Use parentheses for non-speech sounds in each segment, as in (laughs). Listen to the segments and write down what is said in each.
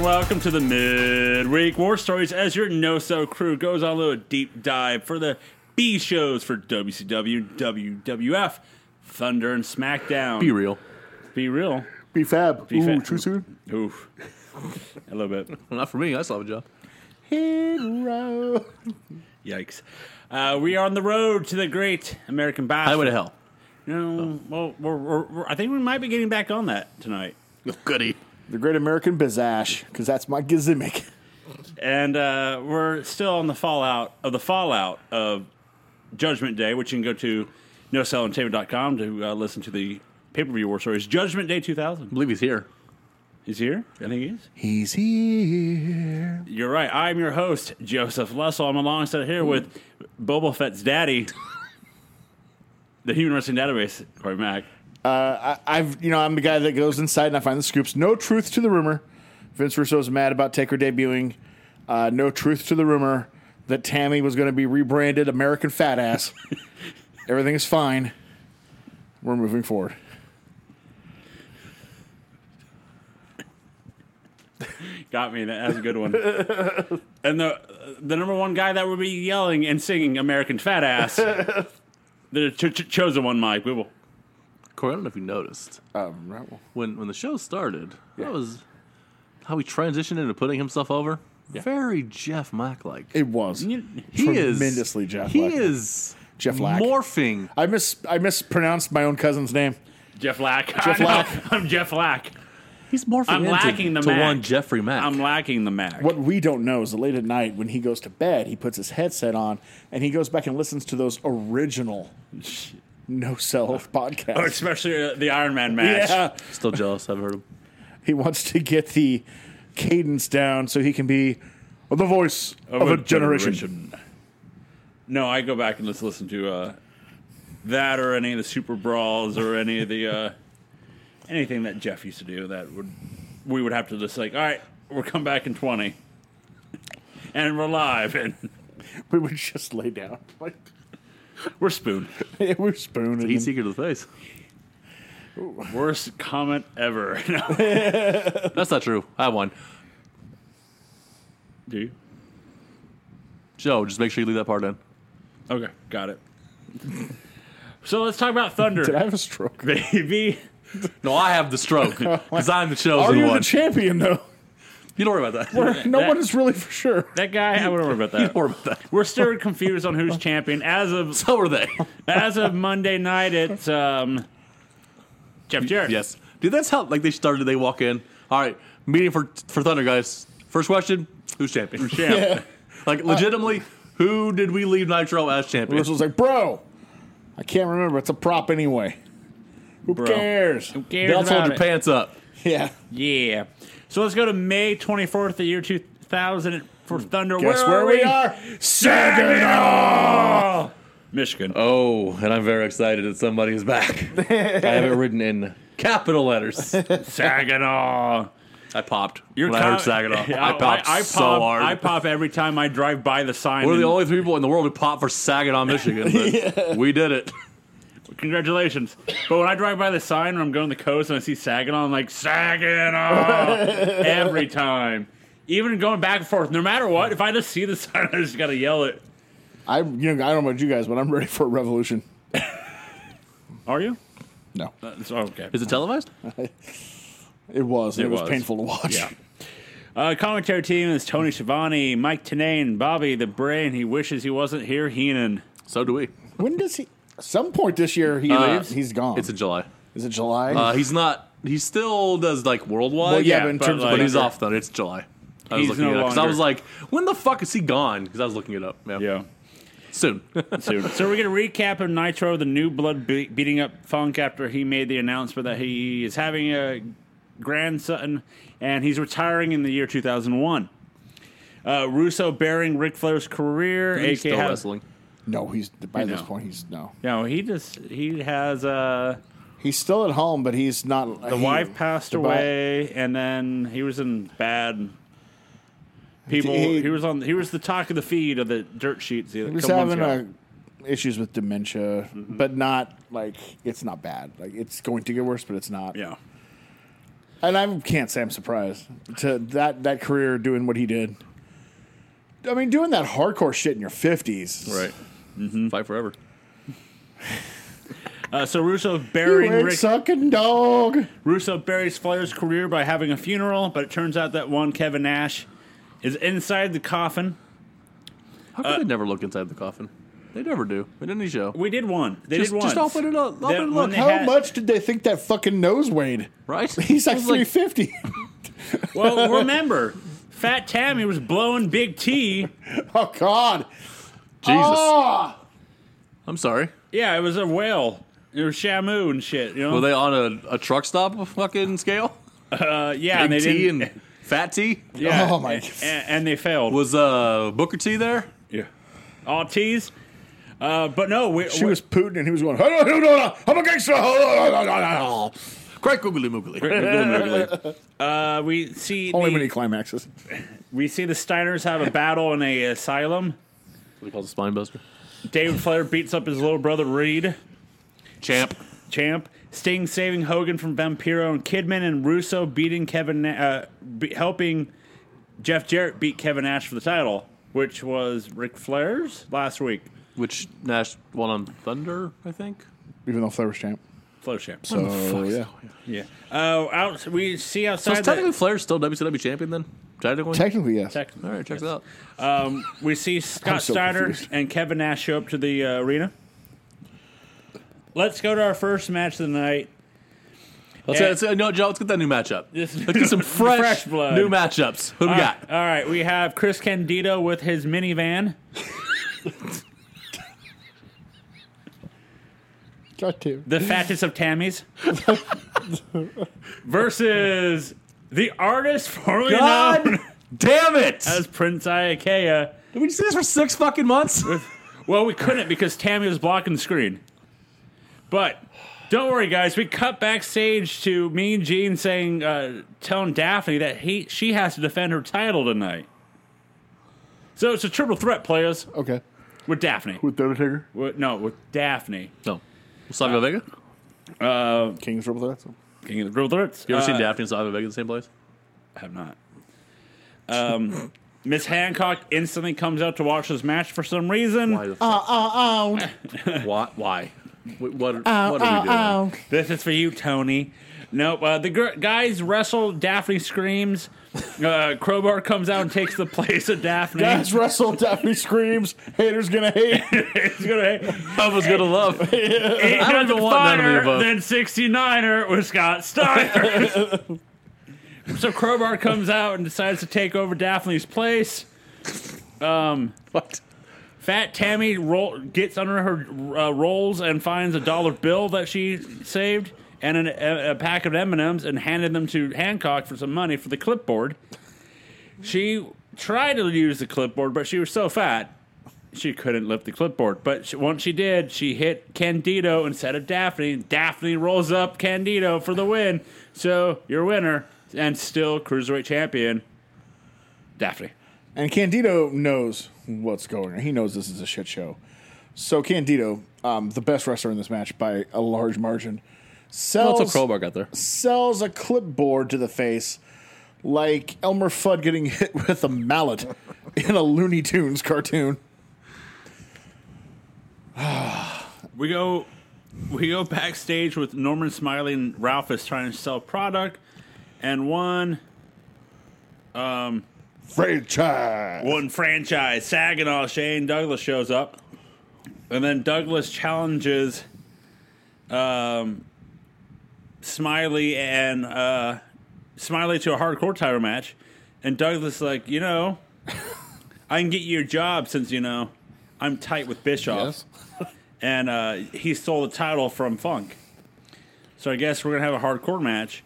welcome to the midweek war stories as your no so crew goes on a little deep dive for the B shows for WCW, WWF, Thunder, and SmackDown. Be real. Be real. Be fab. Ooh, fab. too soon. Oof. a little bit. Well, not for me. I still have a job. Hero. Yikes. Uh, we are on the road to the great American Bash. Highway to hell. No, well, we're, we're, we're, I think we might be getting back on that tonight. Oh, Goody. The Great American Bizash, because that's my gizmic. And uh, we're still on the fallout of the fallout of Judgment Day, which you can go to nosellandtaber.com to uh, listen to the pay per view war stories. Judgment Day 2000. I believe he's here. He's here? I think he is. He's here. You're right. I'm your host, Joseph Lussell. I'm alongside here with Boba Fett's daddy, the Human Wrestling Database, Corey Mack. Uh, I, I've, you know, I'm the guy that goes inside and I find the scoops. No truth to the rumor. Vince Russo's mad about Taker debuting. Uh, no truth to the rumor that Tammy was going to be rebranded American Fat (laughs) Ass. Everything is fine. We're moving forward. Got me. That- That's a good one. and the the number one guy that would be yelling and singing "American Fat Ass," the ch- ch- chosen one, Mike Weeble. Corey, I don't know if you noticed Um, right, well, when when the show started. That was how he transitioned into putting himself over. Very Jeff Mack like. it was. He is tremendously Jeff He Lack. is Jeff Lack. morphing. I mis I mispronounced my own cousin's name. Jeff Lack. Jeff I know. (laughs) Lack. I'm Jeff Lack. He's morphing. I'm into- lacking the to Mack. one Jeffrey Mack. I'm lacking the Mac. What we don't know is that late at night when he goes to bed, he puts his headset on and he goes back and listens to those original no self Or podcasts. especially uh, the Iron Man match. Yeah. Still jealous. I've heard him. He wants to get the cadence down so he can be the voice of, a, generation. No, I go back and just listen to uh, that or any of the Super Brawls or any of the uh, (laughs) anything that Jeff used to do that would we would have to just like, all right, we'll come back in twenty, (laughs) and we're live and (laughs) We would just lay down. Like, we're spoon. we're (laughs) spooning. He's secret to the face. Worst comment ever. (laughs) No. (laughs) That's not true. I have one. Do you? Joe, just make sure you leave that part in. Okay, got it. (laughs) So let's talk about (laughs) Did I Thunder, have a stroke? baby. No, I have the (laughs) stroke because I'm the Are chosen you one. the champion though? (laughs) you don't worry about that. no that- one is really for sure. That guy, I wouldn't worry about (laughs) you that. don't worry about that. We're still confused on who's champion as of (laughs) So are they. As of Monday night, it's um, Jeff Jarrett. yes, dude. That's how like they started. They walk in. All right, meeting for for Thunder, guys. First question: Who's champion? Champ. (laughs) Like legitimately, who did we leave Nitro as champion? Russell's like, bro, I can't remember. It's a prop anyway. Who Bro. cares? Who cares Belts hold about your it? pants up. Yeah. Yeah. So let's go to May 24th, the year 2000 for Mm. Thunder. Guess where, we are? Saginaw! Michigan. Oh, and I'm very excited that somebody is (laughs) back. I have it written in capital letters. Saginaw. I popped Your when I heard com- (laughs) (laughs) Saginaw. I popped I so pop- hard. I pop every time I drive by the sign. We're the and- only three people in the world who pop for Saginaw, Michigan. (laughs) But We did it. Congratulations. But when I drive by the sign when I'm going to the coast and I see Saginaw, I'm like, Saginaw! Every time. Even going back and forth, no matter what, if I just see the (laughs) sign, I just gotta yell it. I you know I don't know about you guys, but I'm ready for a revolution. Are you? No, That's okay. Is it televised? it was. It, It was, was. painful to watch. Yeah. Uh, commentary team is Tony Schiavone, Mike Tenane, Bobby the Brain. He wishes he wasn't here. Heenan. So do we. (laughs) When does he? Some point this year he Uh, leaves. He's gone. It's in July. Is it July? Uh, he's not. He still does like worldwide. Well, yeah, yeah, but in but terms like- of but he's number- off though. It's July. I was He's looking no it up because I longer- was like, when the fuck is he gone? Because I was looking it up. Yeah. Yeah. Soon. Soon. so we're gonna recap of Nitro, the new blood be- beating up Funk after he made the announcement that he is having a grandson and he's retiring in the year 2001. Uh, Russo bearing Ric Flair's career, he's aka still wrestling. no, he's by this know. point he's no. No, he just he has uh, He's still at home, but he's not. the wife passed away, and then he was in bad. People, he, He- was on. He was the talk of the feed of the dirt sheets. He was having uh issues with dementia, Mm-hmm. but not like it's not bad. Like it's going to get worse, but it's not. yeah. and I can't say I'm surprised to that that career doing what he did. I mean, doing that hardcore shit in your fifties, Right. Fight forever. Uh, so Russo You burying ain't Rick, sucking dog. Russo buries Flair's career by having a funeral, but it turns out that one Kevin Nash is inside the coffin. How could they never look inside the coffin? They never do. In any show. We did one. They Just, did one. just open it up. Open That- it when look. they How had- much did they think that fucking nose weighed? Right? He's I like was three fifty. (laughs) Well, remember, Fat Tammy was blowing Big T. oh God, Jesus. Ah! I'm sorry. Yeah, it was a whale. It was Shamu and shit. You know. Were they on a, a truck stop fucking scale? uh, yeah, and Big they T didn't. and Fat T? yeah. Oh, my a- And, and they failed. Was uh, Booker T there? yeah. All T's. Uh, but no, we, She we- was Putin, and he was going. "Hey, no, no, no, no, I'm a gangster. (laughs) Only Craig Googly Moogly. (laughs) uh, we see the- when he climaxes. we see the Steiners have a battle in a asylum. He calls a spine buster. David Flair beats up his little brother Reed. Champ. Champ, Sting saving Hogan from Vampiro, and Kidman and Russo beating Kevin, Na- uh, be- helping Jeff Jarrett beat Kevin Nash for the title, which was Ric Flair's last week. Which Nash won on Thunder, I think. Even though Flair was champ, Flair champ. so yeah. yeah. Oh, out. We see So outside. is the- technically Flair still WCW champion then? Technically? Technically, yes. Technically, All right, check yes. that out. Um, we see Scott so Steiner confused. and Kevin Nash show up to the uh, arena. Let's go to our first match of the night. Let's, Yeah. let's, uh, no, Joe, let's get that new (laughs) matchup. This- Let's get some fresh, Fresh blood. new matchups. Who do we All right, got? all right, we have Chris Candido with his minivan. God damn. the fattest of Tammys (laughs) versus the artist formerly known God damn it! as Prince Iakea. Did we see this for six fucking months? Well, we couldn't because Tammy was blocking the screen. But don't worry, guys. We cut backstage to me and Gene saying, uh, telling Daphne that he she has to defend her title tonight. So it's a triple threat, players, (laughs) Okay. with Daphne. With the Undertaker, With, no, with Daphne. No. Savio Vega? King's Triple Threat. so- King of the triple threats. You ever seen Uh, Daphne and Savio Vega in the same place? Have not. Um, (laughs) Miss Hancock instantly comes out to watch this match for some reason. Why the Uh, fuck? Why? Why? What, what, Oh, what are we doing? (laughs) This is for you, Tony. Nope. Uh, the gr- guys wrestle. Daphne screams. Uh, Crowbar comes out and takes the place of Daphne. (laughs) (laughs) Guys, wrestle. Daphne screams. Haters gonna hate. It's gonna Love is gonna (laughs) love. I don't even want none of the above. Then 69er with Scott Steiner. (laughs) so Crowbar comes out and decides to take over Daphne's place. Um, what? Fat Tammy roll, gets under her uh, rolls and finds a dollar bill that she saved and an, a, a pack of M and M's and handed them to Hancock for some money for the clipboard. She tried to use the clipboard, but she was so fat she couldn't lift the clipboard. But she, once she did, she hit Candido instead of Daphne. Daphne rolls up Candido for the win. So your winner and still cruiserweight champion, Daphne. And Candido knows what's going on. He knows this is a shit show. So Candido, um, the best wrestler in this match by a large margin, Until sells, Crowbar got there. sells a clipboard to the face like Elmer Fudd getting (laughs) hit with a mallet in a Looney Tunes cartoon. We go we go backstage with Norman Smiley and Ralph is trying to sell product and one Franchise. one franchise, Saginaw Shane Douglas shows up. And then Douglas challenges um Smiley and uh Smiley to a hardcore title match and Douglas is like, you know, I can get you a job since you know I'm tight with Bischoff and uh, he stole the title from Funk. So I guess we're gonna have a hardcore match.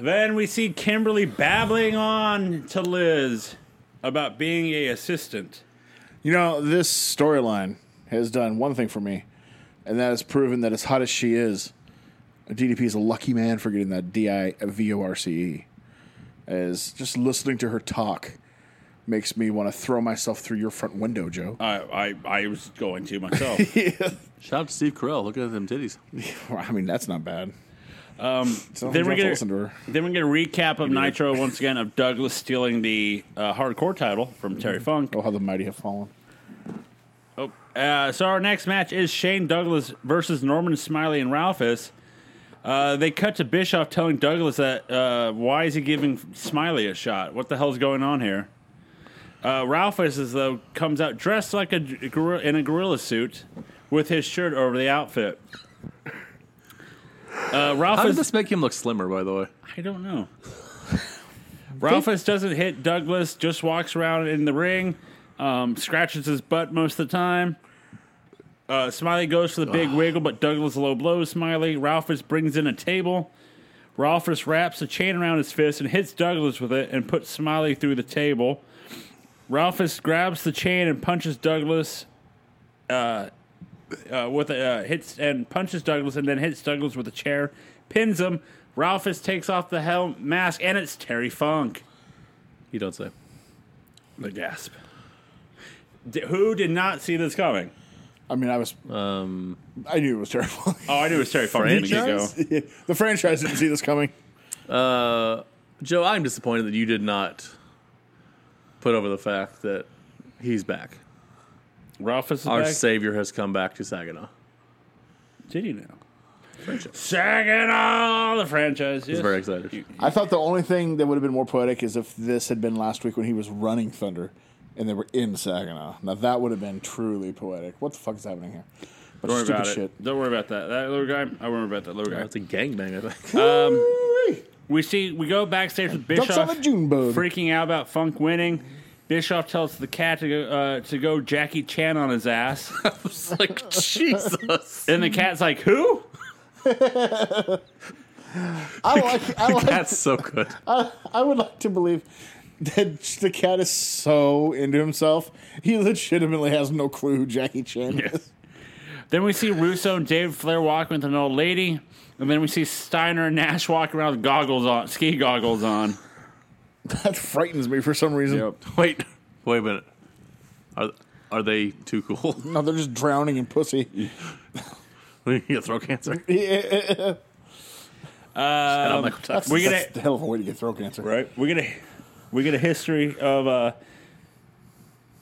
Then we see Kimberly babbling on to Liz about being a assistant. You know, this storyline has done one thing for me, and that has proven that as hot as she is, DDP is a lucky man for getting that D I V O R C E. As just listening to her talk makes me want to throw myself through your front window, Joe. Uh, I I, I was (laughs) going to myself. Shout out to Steve Carell. Look at them titties. I mean, that's not bad. um, So Then then we're we're gonna- to listen to her. Then we're going to recap of Nitro once again of Douglas stealing the uh, hardcore title from Terry Funk. Oh, how the mighty have fallen. Oh, uh, so our next match is Shane Douglas versus Norman Smiley and Ralphus. Uh, they cut to Bischoff telling Douglas that uh, why is he giving Smiley a shot? What the hell's going on here? Uh, Ralphus is though comes out dressed like a gor- in a gorilla suit with his shirt over the outfit. Uh, How Ralphus, did this make him look slimmer, by the way? I don't know. Ralphus doesn't hit Douglas, just walks around in the ring, um, scratches his butt most of the time. Uh, Smiley goes for the big wiggle, but Douglas low blows Smiley. Ralphus brings in a table. Ralphus wraps a chain around his fist and hits Douglas with it and puts Smiley through the table. Ralphus grabs the chain and punches Douglas uh, with a uh, hits and punches Douglas and then hits Douglas with a chair, pins him. Ralphus takes off the helm mask and it's Terry Funk. You don't say. The gasp. D- who did not see this coming? I mean, I was. Um, I knew it was terrible. Oh, I knew it was Terry Funk. from the get-go. (laughs) the franchise didn't see this coming. Joe, I'm disappointed that you did not put over the fact that he's back. Ralphus is Our back. savior has come back to Saginaw. did he now? Saginaw, the franchise. Yes. very excited. I thought the only thing that would have been more poetic is if this had been last week when he was running Thunder and they were in Saginaw. Now that would have been truly poetic. What the fuck is happening here? But Don't worry stupid about it. shit. Don't worry about that. That little guy. I worry about that little guy. That's a gangbang, (laughs) I think. Um, We see. We go backstage with Bischoff. Ducks on a June bug. freaking out about Funk winning. Bischoff tells the cat to go, uh, to go Jackie Chan on his ass. It's like, Jesus. and the cat's like, Who? I like. I like. (laughs) That's so good. I would like to believe that the cat is so into himself, he legitimately has no clue who Jackie Chan is. Then we see Russo and David Flair walking with an old lady. And then we see Steiner and Nash walking around with goggles on, ski goggles on. (laughs) That frightens me for some reason. Wait, wait a minute. Are, are they too cool? (laughs) No, they're just drowning in pussy. you get throat cancer? (laughs) Yeah. Shout out Michael Jackson. We get That's it. the hell of a way to get throat cancer. Right? We get a we get a history of uh,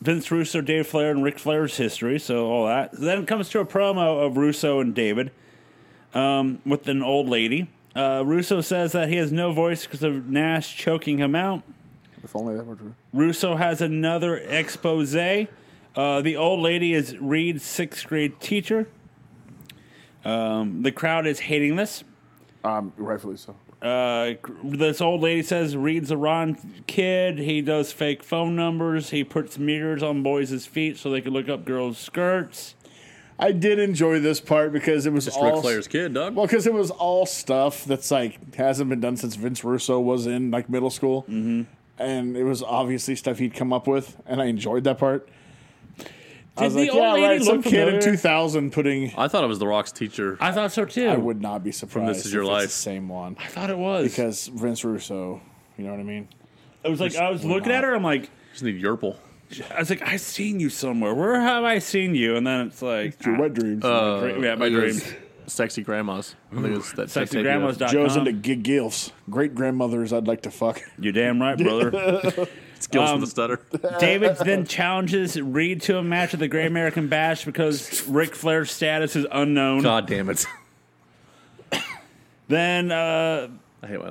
Vince Russo, Dave Flair, and Ric Flair's history. So all that. Then it comes to a promo of Russo and David um, with an old lady. Uh, Russo says that he has no voice because of Nash choking him out. If only that were true. Russo has another expose. Uh, the old lady is Reed's sixth grade teacher. Um, the crowd is hating this. Um, rightfully so. Uh, this old lady says Reed's a Ron kid. He does fake phone numbers. He puts mirrors on boys' feet so they can look up girls' skirts. I did enjoy this part because it was It's all Ric Flair's kid, dog. well, because it was all stuff that's like hasn't been done since Vince Russo was in like middle school, mm-hmm. and it was obviously stuff he'd come up with, and I enjoyed that part. I was Did like, the old yeah, lady right, some look kid in familiar? 2000 putting. I thought it was The Rock's teacher. I thought so too. I would not be surprised. This Is Your if it's Life. the same one I thought it was. because Vince Russo. You know what I mean? I was like, I was we're looking at not. her. I'm like, just need Yerpel. I was like, I've seen you somewhere. Where have I seen you? And then it's like, Your wet dreams. ah, yeah, my It was dreams. Sexy grandmas. I think it was that Sexy tape, yeah. grandmas. Joe's into gig gilfs. Great grandmothers I'd like to (laughs) fuck. You're damn right, (laughs) brother. Skills Um, with the stutter. (laughs) David then challenges Reed to a match at the Great American Bash because Ric Flair's status is unknown. God damn it. (laughs) Then uh, I hate my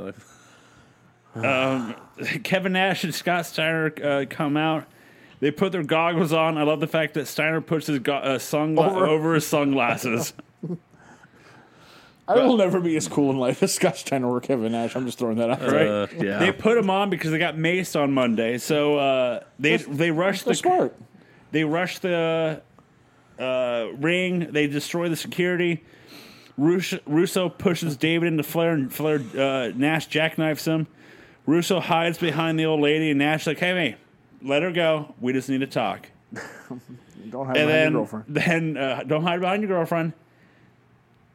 life. Kevin Nash and Scott Steiner uh, come out. They put their goggles on. I love the fact that Steiner puts his go- uh, sungla- over. Over. his sunglasses. I will never be as cool in life as Scott Steiner or Kevin Nash. I'm just throwing that out. Right? (laughs) Uh, yeah. They put them on because they got maced on Monday. So uh, they they rushed They're the smart. They rush the uh, ring. They destroy the security. Rus- Russo pushes David into Flair, and Flair uh, Nash jackknifes him. Russo hides behind the old lady, and Nash like, "Hey, mate, let her go. We just need to talk." Don't have And my then, girlfriend. (laughs) then uh, don't hide behind your girlfriend.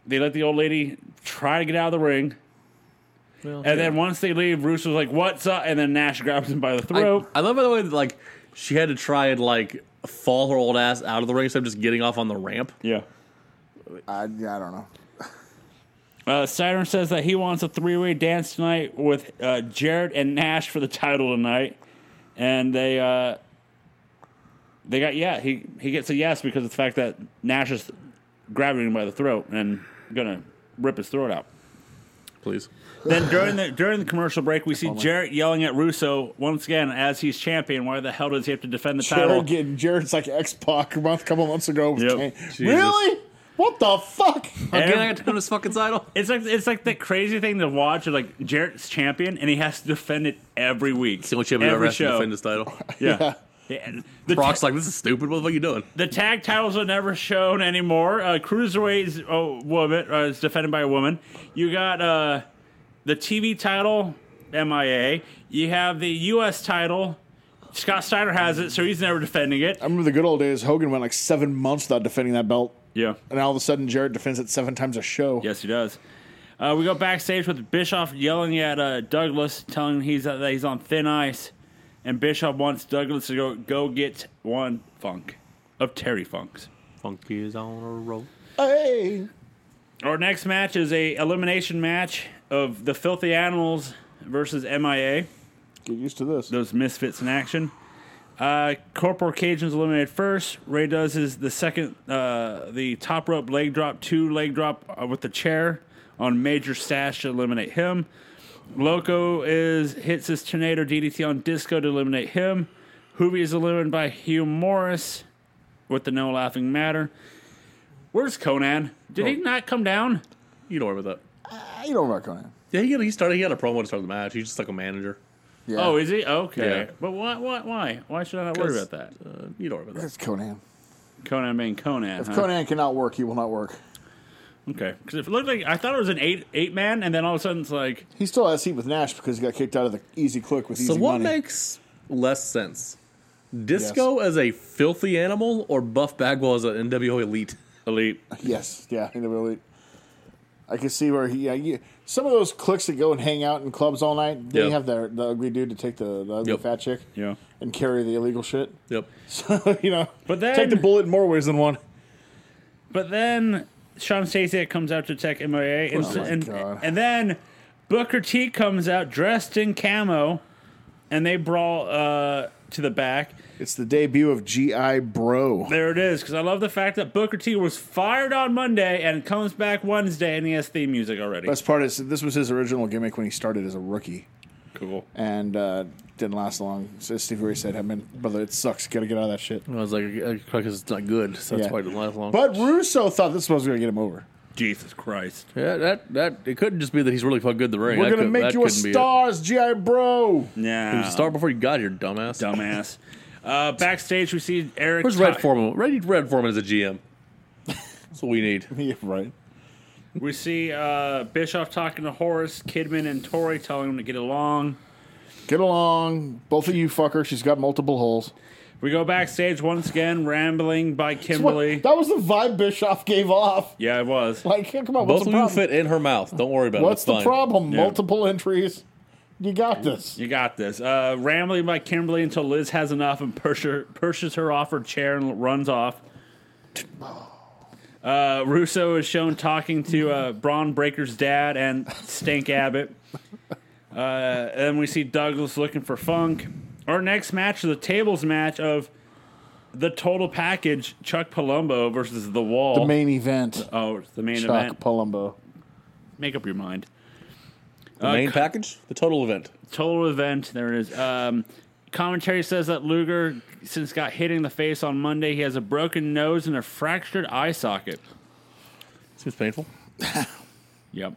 They let the old lady try to get out of the ring, Well, and then once they leave, Russo's like, "What's up?" And then Nash grabs him by the I, (laughs) throat. I love by the way that, like she had to try and like fall her old ass out of the ring instead of just getting off on the ramp. yeah. I, yeah, I don't know. Uh, Siren says that he wants a three way dance tonight with uh, Jarrett and Nash for the title tonight, and they uh, they got yeah he he gets a yes because of the fact that Nash is grabbing him by the throat and gonna rip his throat out. Please. Then during the during the commercial break, we see Jarrett yelling at Russo once again as he's champion. Why the hell does he have to defend the title? Jared, get- Jared's like X Pac a month- couple months ago. with Yep. Kane. Jesus. Really? What the fuck? Again, I got to come to this fucking (laughs) title. It's like it's like the crazy thing to watch. of, Like Jarrett's champion, and he has to defend it every week. It's the only champion ever every has to show. defend his title. (laughs) Yeah. Yeah. The, Brock's like, this is stupid. What the fuck you doing? the tag titles are never shown anymore. Uh, Cruiserweight's oh, woman uh, is defended by a woman. You got uh, the TV title, MIA. You have the U.S. title. Scott Steiner has it, so he's never defending it. I remember the good old days. Hogan went like seven months without defending that belt, Yeah. and all of a sudden Jared defends it seven times a show. Yes, he does. Uh, we go backstage with Bischoff yelling at uh, Douglas, telling him he's uh, that he's on thin ice, and Bischoff wants Douglas to go go get one funk of Terry Funks. Funky is on a roll. Hey, Our next match is a elimination match of the Filthy Animals versus MIA. get used to this. Those misfits in action. Uh, Corporal Cajun's eliminated first. Ray does his the second uh, the top rope leg drop, two leg drop uh, with the chair on Major Stash to eliminate him. Loco is hits his tornado DDT on Disco to eliminate him. Hoovy is eliminated by Hugh Morris with the no laughing matter. Where's Conan? Did he not come down? You know about that. you don't remember Conan? Yeah, he, got, he started. He had a promo to start the match. He's just like a manager. Yeah. Oh, is he? Okay. Yeah. But why, why, why? Why should I not worry about that? Uh, you know about that. it's Conan. Conan being Conan. If huh? Conan cannot work, he will not work. Okay. Because it looked like I thought it was an eight eight man, and then all of a sudden it's like He still has heat with Nash because he got kicked out of the Easy Click with So Easy what Money. makes less sense? Disco as a filthy animal or Buff Bagwell as an NWO elite? elite. Yes, yeah, in the elite. I can see where he. Yeah, you, some of those clicks that go and hang out in clubs all night, they Yep. have their, the ugly dude to take the, the ugly Yep. fat chick Yeah. and carry the illegal shit. (laughs) Yep. So you know, But then- take the bullet in more ways than one. But then Sean Stasiak comes out to attack MIA, and, Oh my and, God. and then Booker T comes out dressed in camo, and they brawl uh, to the back. It's the debut of GI Bro. There it is. Because I love the fact that Booker T was fired on Monday and comes back Wednesday, and he has theme music already. Best part is this was his original gimmick when he started as a rookie cool. and uh, didn't last long. So Steve Ray said, "I mean, brother, it sucks. Gotta get out of that shit." I was like, because it's not good, so that's Yeah. why it didn't last long. But Russo thought this was gonna get him over. Jesus Christ. yeah, that that it couldn't just be that he's really fucking good in the ring. We're That gonna could- make that you a couldn't be it. star, as GI Bro. (laughs) Nah. You start before you got here, dumbass. Dumbass. Uh, backstage, we see Eric. Where's Ty- Red Foreman? Red Red Foreman is a GM. That's what we need. yeah, right. We see uh, Bischoff talking to Horace, Kidman, and Tori, telling them to get along. Get along, both of you fuckers. She's got multiple holes. We go backstage once again, rambling by Kimberly. That was the vibe Bischoff gave off. Yeah, it was. Like, yeah, come on, what's Both the of you problem? fit in her mouth. Don't worry about it. What's It's the fine. problem? Yeah. Multiple entries. You got this. You got this. Uh, rambling by Kimberly until Liz has enough and pusher, pushes her off her chair and runs off. Uh, Russo is shown talking to uh, Braun Breaker's dad and Stank Abbott. Uh, and we see Douglas looking for Funk. Our next match is a tables match of the total package Chuck Palumbo versus The Wall. The main event. oh, it's the main Chuck event. Palumbo. Make up your mind. The main package, the total event. total event. There it is. Um, commentary says that Luger, since got hit in the face on Monday, he has a broken nose and a fractured eye socket. Seems painful. Yep.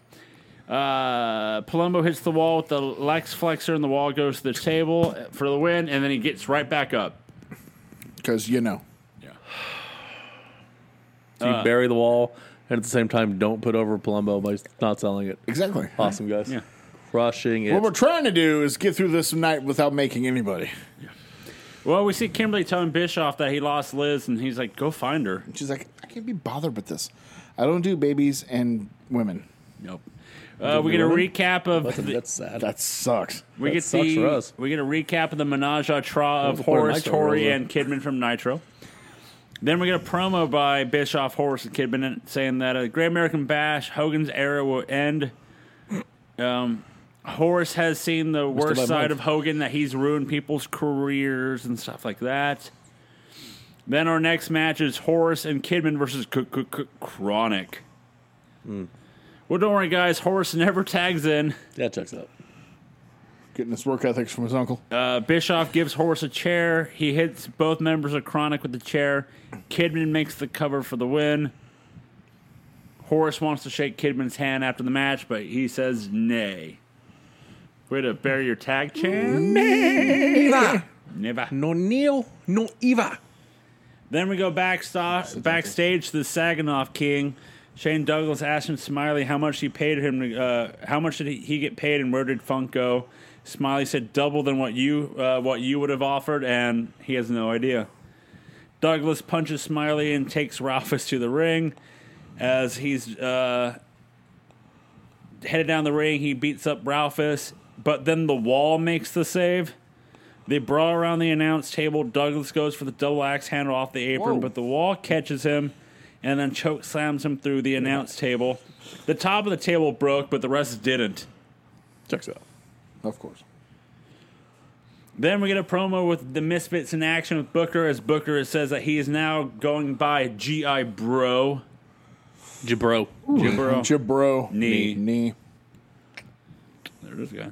Uh, Palumbo hits the wall with the Lex flexor, and the wall goes to the table for the win, and then he gets right back up. Because, you know. So you bury the wall, and at the same time, don't put over Palumbo by not selling it. Exactly. Awesome, guys. Yeah. Crushing it. What we're trying to do is get through this night without making anybody. Well, we see Kimberly telling Bischoff that he lost Liz, and he's like, go find her. She's like, I can't be bothered with this. I don't do babies and women. Nope. Uh, we get a Women? recap of that's, the- that's sad. That sucks. we that get sucks the for us. we get a recap of the menage a trois of Before Horace, Nitro Tori, rolls and Kidman from Nitro. Then we get a promo by Bischoff, Horse, and Kid Bennett saying that a Great American Bash, Hogan's era will end. Um, Horace has seen the worst alive side Mike. of Hogan, that he's ruined people's careers and stuff like that. Then our next match is Horace and Kidman versus C- C- C- Chronic. Hmm. Well, don't worry, guys. Horace never tags in. That checks out. Getting his work ethics from his uncle. Uh, Bischoff gives Horace a chair. He hits both members of Chronic with the chair. Kidman makes the cover for the win. Horace wants to shake Kidman's hand after the match, but he says nay. Way to bury your tag, Chan. Eva, Never. no Neil, no Eva. Then we go backstop, backstage to the Saganoff King. Shane Douglas asked him Smiley how much he paid him. To, uh, how much did he, he get paid, and where did Funk go? Smiley said double than what you uh, what you would have offered, and he has no idea. Douglas punches Smiley and takes Ralphus to the ring. As he's uh, headed down the ring, he beats up Ralphus, but then the wall makes the save. They brawl around the announce table. Douglas goes for the double axe handle off the apron, Whoa. but the wall catches him and then choke slams him through the announce table. The top of the table broke, but the rest didn't. Checks out. Of course. Then we get a promo with the Misfits in action with Booker as Booker says that he is now going by G.I. Bro. Jabro. Jibro. Jabro. Knee. Knee. There it is, guys.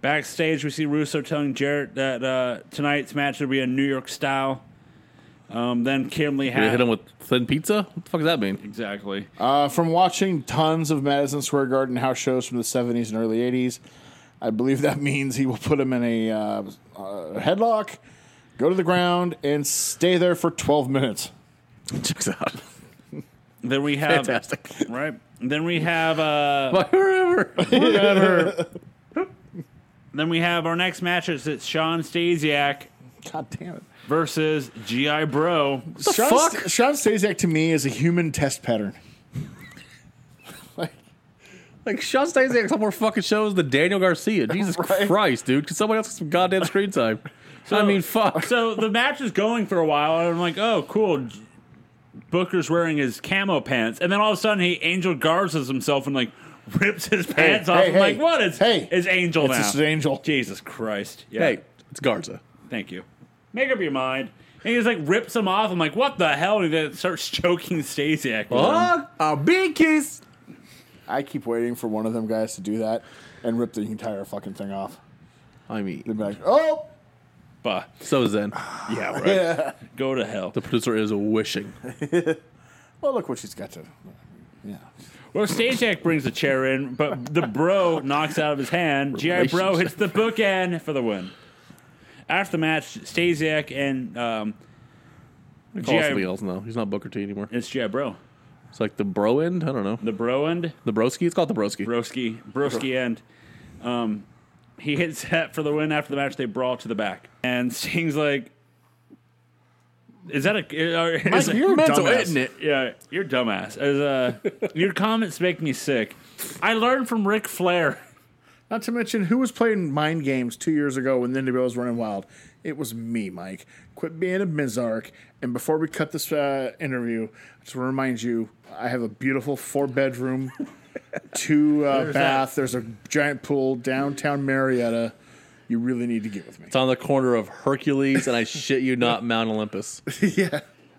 Backstage, we see Russo telling Jarrett that uh, tonight's match will be a New York style. Um, then Kimley They hit had him with thin pizza. What the fuck does that mean? exactly. Uh, from watching tons of Madison Square Garden house shows from the 70s and early 80s, I believe that (laughs) means he will put him in a uh, uh, headlock, go to the ground, and stay there for 12 minutes. (laughs) Checks out. Then we have Fantastic. (laughs) right. Then we have uh, Whatever. then we have our next match is it's Sean Stasiak God damn it. versus GI Bro. Sean, fuck? Sta- Sean Stasiak to me is a human test (laughs) pattern. Like Sean Stasiak a couple more fucking shows than Daniel Garcia. Jesus Christ, dude! Could somebody else get some goddamn screen time? I mean, fuck. So the match is going for a while, and I'm like, oh, cool. J- Booker's wearing his camo pants, and then all of a sudden he Angel Garzas himself and like rips his pants off. hey, I'm hey. like, what is Hey. is Angel It's now? just an angel. Jesus Christ! (laughs) Yeah, Hey, it's Garza. thank you. Make up your mind. And he just like rips him off. I'm like, what the hell? And he then starts (laughs) choking Stasiak. with him. a big kiss. I keep waiting for one of them guys to do that and rip the entire fucking thing off. I They'd mean, be like, oh, Bah. so is Zen. Yeah, right. Go to hell. The producer is wishing. well, look what she's got to. Yeah. Well, Stasiak brings a chair in, but the bro knocks out of his hand. GI Bro hits the bookend for the win. After the match, Stasiak and um, Call GI somebody else now. He's not Booker T anymore. it's GI Bro, It's like the bro end. I don't know. the bro end, The broski. It's called the broski. broski, broski end. Um, he hits (laughs) that for the win. After the match, they brawl to the back, and (laughs) Sting's like, "Is that a? uh, (laughs) Is Mike, that- you're a Mental, dumbass. isn't it? Yeah, you're dumbass. As, uh, your comments make me sick. I learned from Ric Flair. Not to mention, who was playing mind games two years ago when the NWO was running wild? It was me, Mike. Quit being a Mizark. And before we cut this uh, interview, I just want to remind you I have a beautiful four bedroom, two uh, bath. There's a giant pool downtown Marietta. You really need to get with me. It's on the corner of Hercules, and I shit you not, Mount Olympus.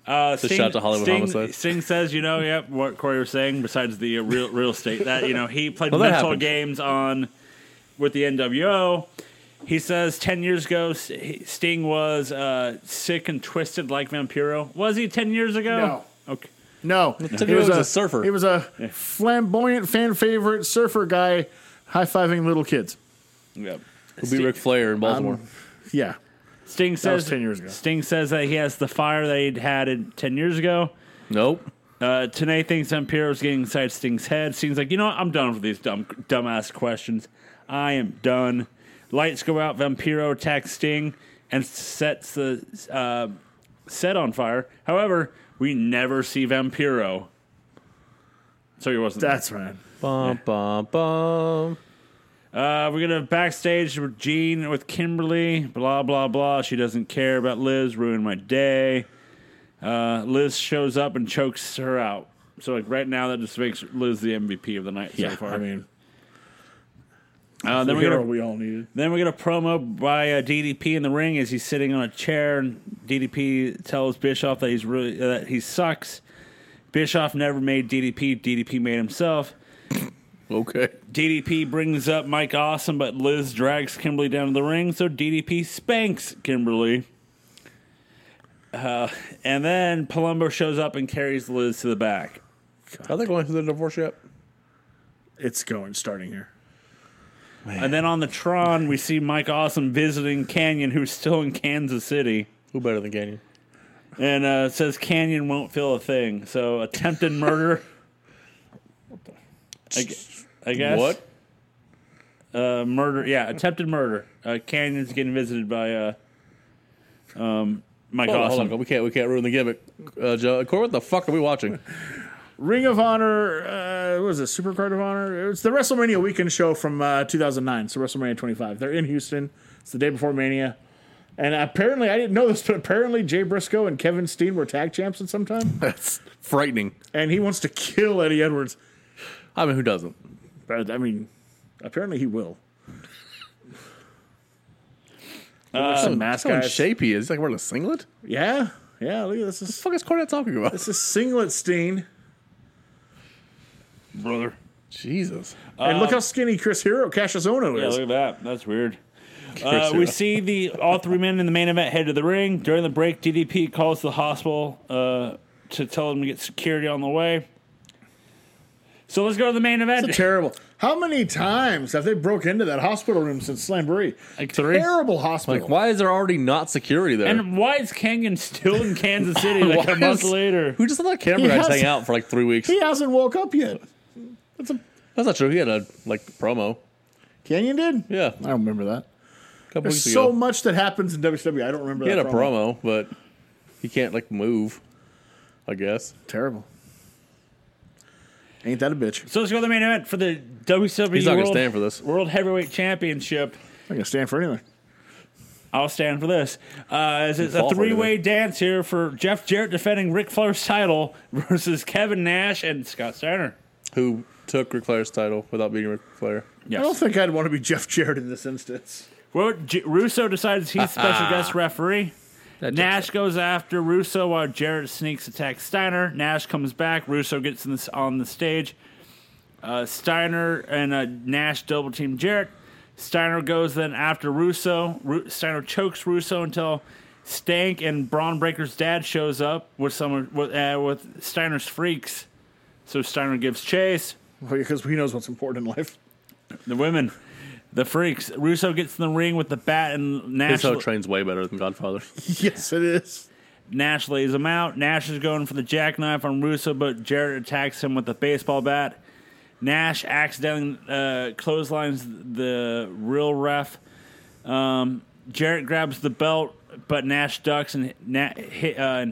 Uh, Sting, shout to Hollywood Sting, Homicide. Sting says, you know, yep, what Corey was saying. Besides the uh, real real estate, that you know, he played Well, that mental happens. games on with the NWO. He says ten years ago, S- he- Sting was uh, sick and twisted like Vampiro. Was he ten years ago? No. Okay. No, took it as a surfer. He was a flamboyant fan favorite surfer guy, high fiving little kids. Yep. It'll be Ric Flair in Baltimore. Yeah, Sting says was 10 years ago. Sting says that he has the fire that he'd had in ten years ago. nope. Uh, Tanay thinks Vampiro's getting inside Sting's head. Sting's like, you know what? I'm done with these dumb, dumbass questions. I am done. Lights go out. Vampiro attacks Sting and sets the uh, set on fire. However, we never see Vampiro. So he wasn't. there. that's right. Bum bum bum. Uh, we're gonna backstage with Jean with Kimberly. Blah blah blah. She doesn't care about Liz. Ruined my day. Uh, Liz shows up and chokes her out. So like right now, that just makes Liz the MVP of the night so far. I mean, uh, then the we got hero a, we all needed. then we get a promo by uh, DDP in the ring as he's sitting on a chair, and DDP tells Bischoff that he's really that he sucks. Bischoff never made DDP. DDP made himself. Okay. DDP brings up Mike Awesome, but Liz drags Kimberly down to the ring, so DDP spanks Kimberly. Uh, and then Palumbo shows up and carries Liz to the back. Are they going through the divorce yet? It's going starting here. And then on the Tron, we see Mike Awesome visiting Canyon, who's still in Kansas City, Who better than Canyon? and uh, it says Canyon won't feel a thing. So (laughs) attempted murder. I, gu- I guess What? Uh, murder. Yeah, attempted murder. Uh, Canyon's getting visited by uh, um, Mike Hold on, Awesome. Oh, hold on. We can't. We can't ruin the gimmick. Uh, Joe, Corey, what the fuck are we watching? Ring of Honor, uh, what was it? Supercard of Honor? It's the WrestleMania weekend show from uh, 2009. So WrestleMania 25. They're in Houston. It's the day before Mania. And apparently, I didn't know this, but apparently Jay Briscoe and Kevin Steen were tag champs at some (laughs) time. That's frightening. and he wants to kill Eddie Edwards. I mean, who doesn't? But, I mean, apparently he will. Some Uh, mask how in guys. shape he is. He's like wearing a singlet. What Yeah. Yeah. Look at this. the This, fuck is Corey talking about? (laughs) this is Singlet Steen. brother. Jesus. and look how skinny Chris Hero, Cassius Ono Uh, Yeah, is. look at that. That's weird. Uh, we see the all three men in the main event head to the ring. During the break, DDP calls the hospital uh, to tell them to get security on the way. So let's go to the main event. Terrible. How many times have they broke into that hospital room since Slamboree? Like three? Terrible hospital. Like, why is there already not security there? and why is Kangen still in Kansas (laughs) City like Why a month is- later? Who just let that (laughs) He camera guy has- hang out for like three weeks? He hasn't woke up yet. That's not true. He had a like promo. Canyon did? Yeah, I don't remember that. a couple There's weeks so ago. much that happens in WWE. I don't remember he that. had a promo, but he can't like move. I guess. Terrible. Ain't that a bitch? So let's go to the main event for the WWE He's not gonna World, stand for this. World Heavyweight Championship. I'm going to stand for anything. I'll stand for this. Uh, as it's a fall for three way dance here for Jeff Jarrett defending Ric Flair's title (laughs) versus Kevin Nash and Scott Steiner. Who took Ric Flair's title without beating Ric Flair? I don't think I'd want to be Jeff Jarrett in this instance. Well, J- Russo decides he's special guest referee. Nash goes after Russo while Jarrett sneaks attacks Steiner. Nash comes back. Russo gets in this, on the stage. Uh, Steiner and uh, Nash double team Jarrett. Steiner goes then after Russo. Ru- Steiner chokes Russo until Stank and Braun Breaker's dad shows up with some with, uh, with Steiner's freaks. So Steiner gives chase. Well, because he knows what's important in life. (laughs) The women, the freaks. Russo gets in the ring with the bat and Nash. His show trains way better than Godfather. (laughs) yes, it is. Nash lays him out. Nash is going for the jackknife on Russo, but Jarrett attacks him with a baseball bat. Nash accidentally uh, clotheslines the real ref. Um, Jarrett grabs the belt, but Nash ducks and Na- hit, uh,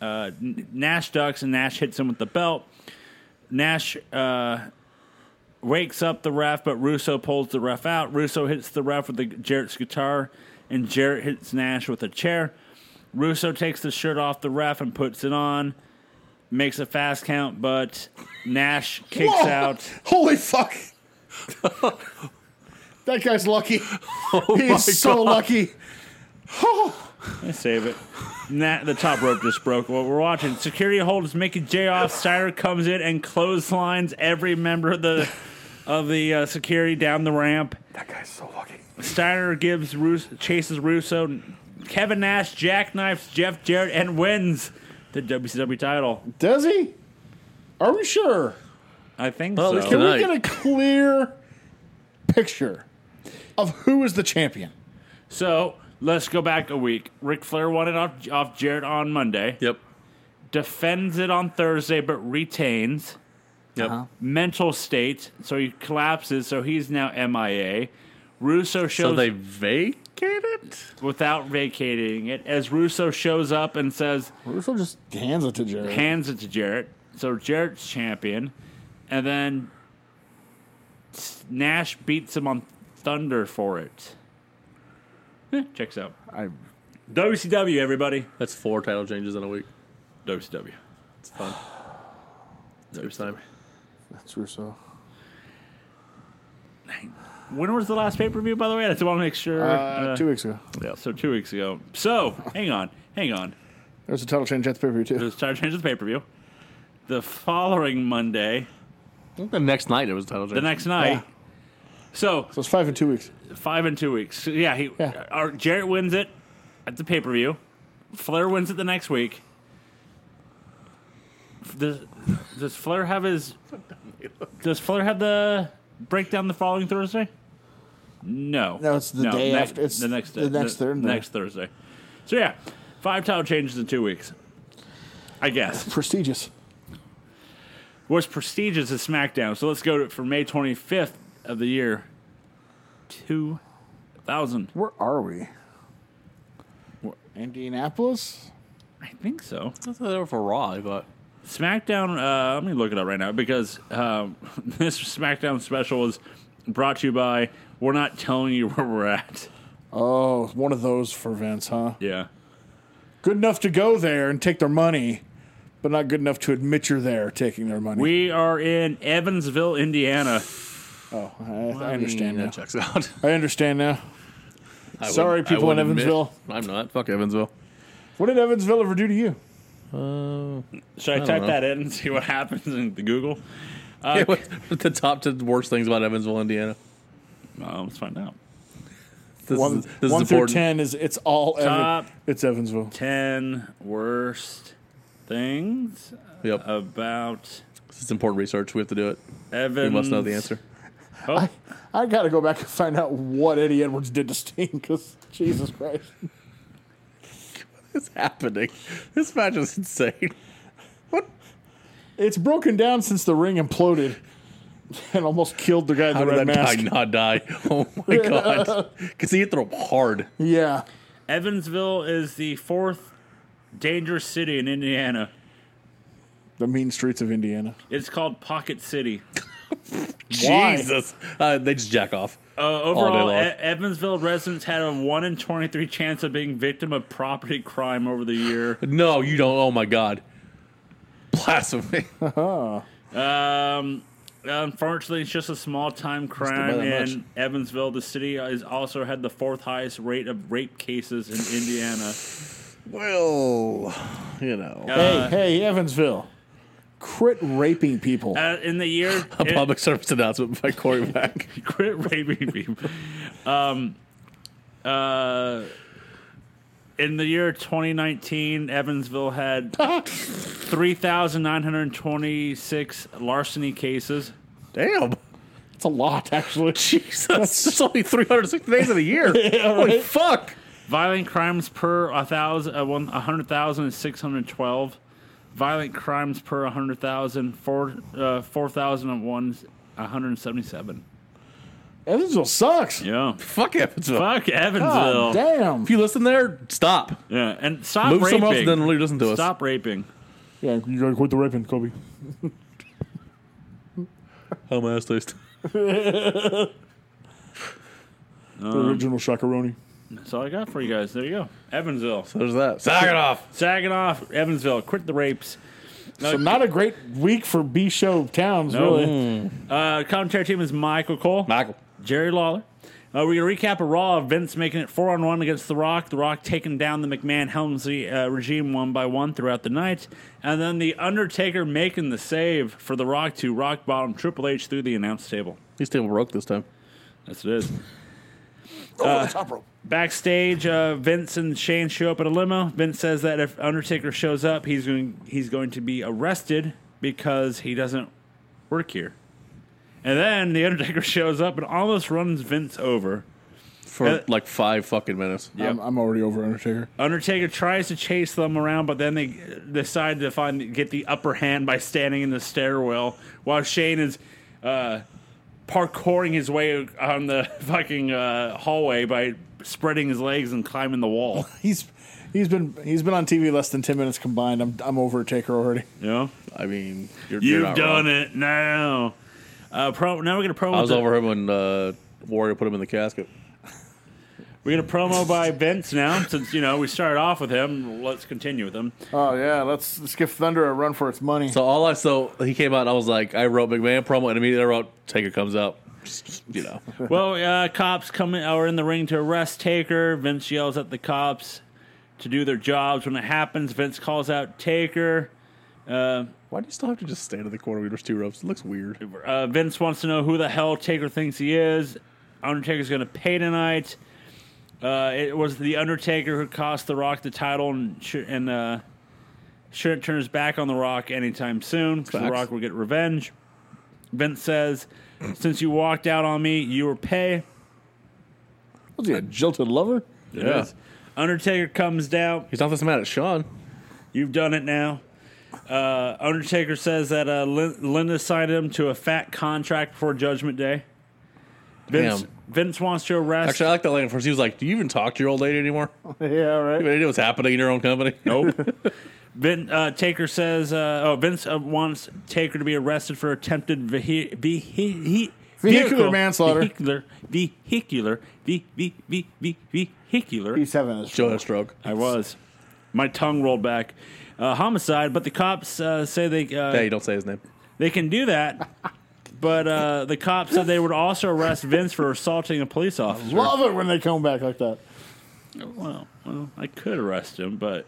uh, Nash ducks and Nash hits him with the belt. Nash uh, wakes up the ref, but Russo pulls the ref out. Russo hits the ref with the Jarrett's guitar, and Jarrett hits Nash with a chair. Russo takes the shirt off the ref and puts it on, makes a fast count, but Nash kicks Whoa! out. (laughs) Holy fuck. that (laughs) guy's lucky. Oh He's so lucky. I save it. Nah, the top rope just broke. What we're watching. Security holds Mickey J off. Steiner comes in and clotheslines every member of the of the uh, security down the ramp. that guy's so lucky. Steiner gives Rus- chases Russo. Kevin Nash jackknifes Jeff Jarrett and wins the WCW title. Does he? Are we sure? I think Well, so. let's Can Tonight. we get a clear picture of who is the champion? So let's go back a week. Ric Flair won it off, off Jarrett on Monday. Yep. Defends it on Thursday, but retains. Yep. mental state, so he collapses, so he's now MIA. Russo shows So they vacate it. without vacating it as Russo shows up and says, Russo just hands it to Jerry. hands it to Jarrett. So Jarrett's champion, and then S- Nash beats him on Thunder for it. Eh, checks out. I, WCW, everybody. That's four title changes in a week. WCW. It's fun. (sighs) Every time. That's Russo. When was the last pay per view, by the way? I just want to make sure. Uh, two weeks ago. So two weeks ago. So hang on, hang on. There was a title change at the pay per view, too. There's title change of the pay per view. The following Monday, I think the next night it was title the change. next night. Yeah. So So it's five in two weeks. five and two weeks. So, yeah, he Yeah. Our, Jarrett wins it at the pay per view. Flair wins it the next week. F- Does does Flair have his? Does Flair have the breakdown the following Thursday? No, No, it's the day after- it's the next the next Thursday. next Thursday. So yeah, five title changes in two weeks. I guess Prestigious. was prestigious as SmackDown. So let's go to, for May 25th of the year 2000. Where are we? Indianapolis? I think so. I thought they were for Raw, I thought. SmackDown, uh, let me look it up right now because um, (laughs) this SmackDown special was brought to you by We're Not Telling You (laughs) Where We're At. Oh, one of those for Vince, huh? Yeah. Good enough to go there and take their money, but not good enough to admit you're there taking their money. We are in Evansville, Indiana. oh, I, I understand mean, now. that checks out. (laughs) I understand now. Sorry, wouldn't- I people in wouldn't admit- Evansville. I'm not. Fuck Evansville. What did Evansville ever do to you? Should I, type know. that in and see what (laughs) happens in the Google? Yeah, what- (laughs) the top ten worst things about Evansville, Indiana. Um, let's find out. This One, is, this one is through important. ten is it's all Evan, Top. it's Evansville. 10 worst things Yep. about this is important research. We have to do it. Evans. We must know the answer. Oh, I got to go back and find out what Eddie Edwards did to Sting because Jesus Christ, It's happening. This match is insane. it's broken down since the ring imploded and almost killed the guy in How the did red that mask. guy not (laughs) die? Oh my god. Because he hit the rope hard. Yeah, Evansville is the fourth dangerous city in Indiana. the mean streets of Indiana. It's called Pocket City. Why? Jesus. Uh, they just jack off. Uh, All overall, day long. E- Evansville residents had a 1 in 23 chance of being victim of property crime over the year. No, you don't. Oh my god. Blasphemy. Um, unfortunately, it's just a small time crime about that in Evansville. The city is also had the fourth highest rate of rape cases in Indiana. (laughs) well, you know. Hey, Uh, hey, Evansville, quit raping people. Uh, in the (laughs) year. a public service announcement by Corey Mack. quit raping people. Um, uh, in the year 2019, Evansville had 3,926 larceny cases. (laughs) Damn. It's a lot, (laughs) (laughs) actually. Jesus. There's only 360 days in a (laughs) year. Holy fuck. Violent crimes per a thousand, uh, one- 100,000 is 612. Violent crimes per 100,000, four- uh, 4,001 is 177. Evansville sucks. Yeah. Fuck Evansville. Fuck God Evansville. damn. If you listen there, stop. yeah. And stop Move raping. somewhere else and then listen to us. stop raping. Yeah, you gotta quit the raping, Kobe. How my ass taste. The Um, original shakaroni. That's all I got for you guys. There you go. Evansville. There's that. Sack it off. Sagging off. Evansville. Quit the rapes. So not a great week for B show towns, really. Uh, commentary team is Michael Cole, Michael. Jerry Lawler. Uh, we're going to recap a Raw of Vince making it four on one against The Rock. The Rock taking down the McMahon Helmsley uh, regime one by one throughout the night. And then The Undertaker making the save for The Rock to rock bottom Triple H through the announce table. He's table broke this time. That's what it is. Over the top rope. Backstage, uh, Vince and Shane show up at a limo. Vince says that if Undertaker shows up, he's going he's going to be arrested because he doesn't work here. And then the Undertaker (laughs) shows up and almost runs Vince over. For Uh, like five fucking minutes. Yep. I'm, I'm already over Undertaker. Undertaker tries to chase them around, but then they decide to find get the upper hand by standing in the stairwell while Shane is uh, parkouring his way on the (laughs) fucking uh, hallway by spreading his legs and climbing the wall. He's he's been he's been on TV less than ten minutes combined. I'm I'm over Taker already. You know. I mean, you're, you're You've not done wrong. it now. Uh, pro, now we're gonna promo. I was the- over him when uh, Warrior put him in the casket. We get a promo by Vince now, since you know we started off with him. Let's continue with (laughs) him. Oh yeah, let's let's give Thunder a run for its money. So all I so he came out. and I was like, I wrote McMahon promo, and immediately I wrote Taker comes out. Just, just, you (laughs) know, Well, uh, cops come in, are in the ring to arrest Taker. Vince yells at the cops to do their jobs. When it happens, Vince calls out Taker. why do you still have to just stand in the corner with just two ropes? It looks weird. Uh, Vince wants to know who the hell Taker thinks he is. Undertaker's going to pay tonight. Uh, it was the Undertaker who cost The Rock the title and sh- and uh, shouldn't turn his back on The Rock anytime soon because The Facts. Rock will get revenge. Vince says, "Since you walked out on me, you were pay." was he a jilted lover? Yeah, Undertaker comes down. he's not this mad at Sean. You've done it now. Uh, Undertaker says that uh, Lin- Linda signed him to a fat contract before Judgment Day. Vince, Damn. Vince wants to arrest. Actually, I like that line at first. He was like, "Do you even talk to your old lady (laughs) anymore? You (laughs) yeah, right. have any idea what's happening in your own (laughs) company?" nope. Vin, uh, Taker says, uh, "Oh, Vince uh, wants Taker to be arrested for attempted vehi- vehi- he- Vehicular vehicle- manslaughter. Vehicular, vehicular, ve- ve- ve- ve- vehicular. He's having (laughs) a Joe had a stroke. I was. My tongue rolled back. Uh, homicide, but the cops uh, say they uh, Hey, don't say his name. They can do that. But uh, the cops said they would also arrest Vince for assaulting a police officer. love it when they come back like that. Well, well, I could arrest him, but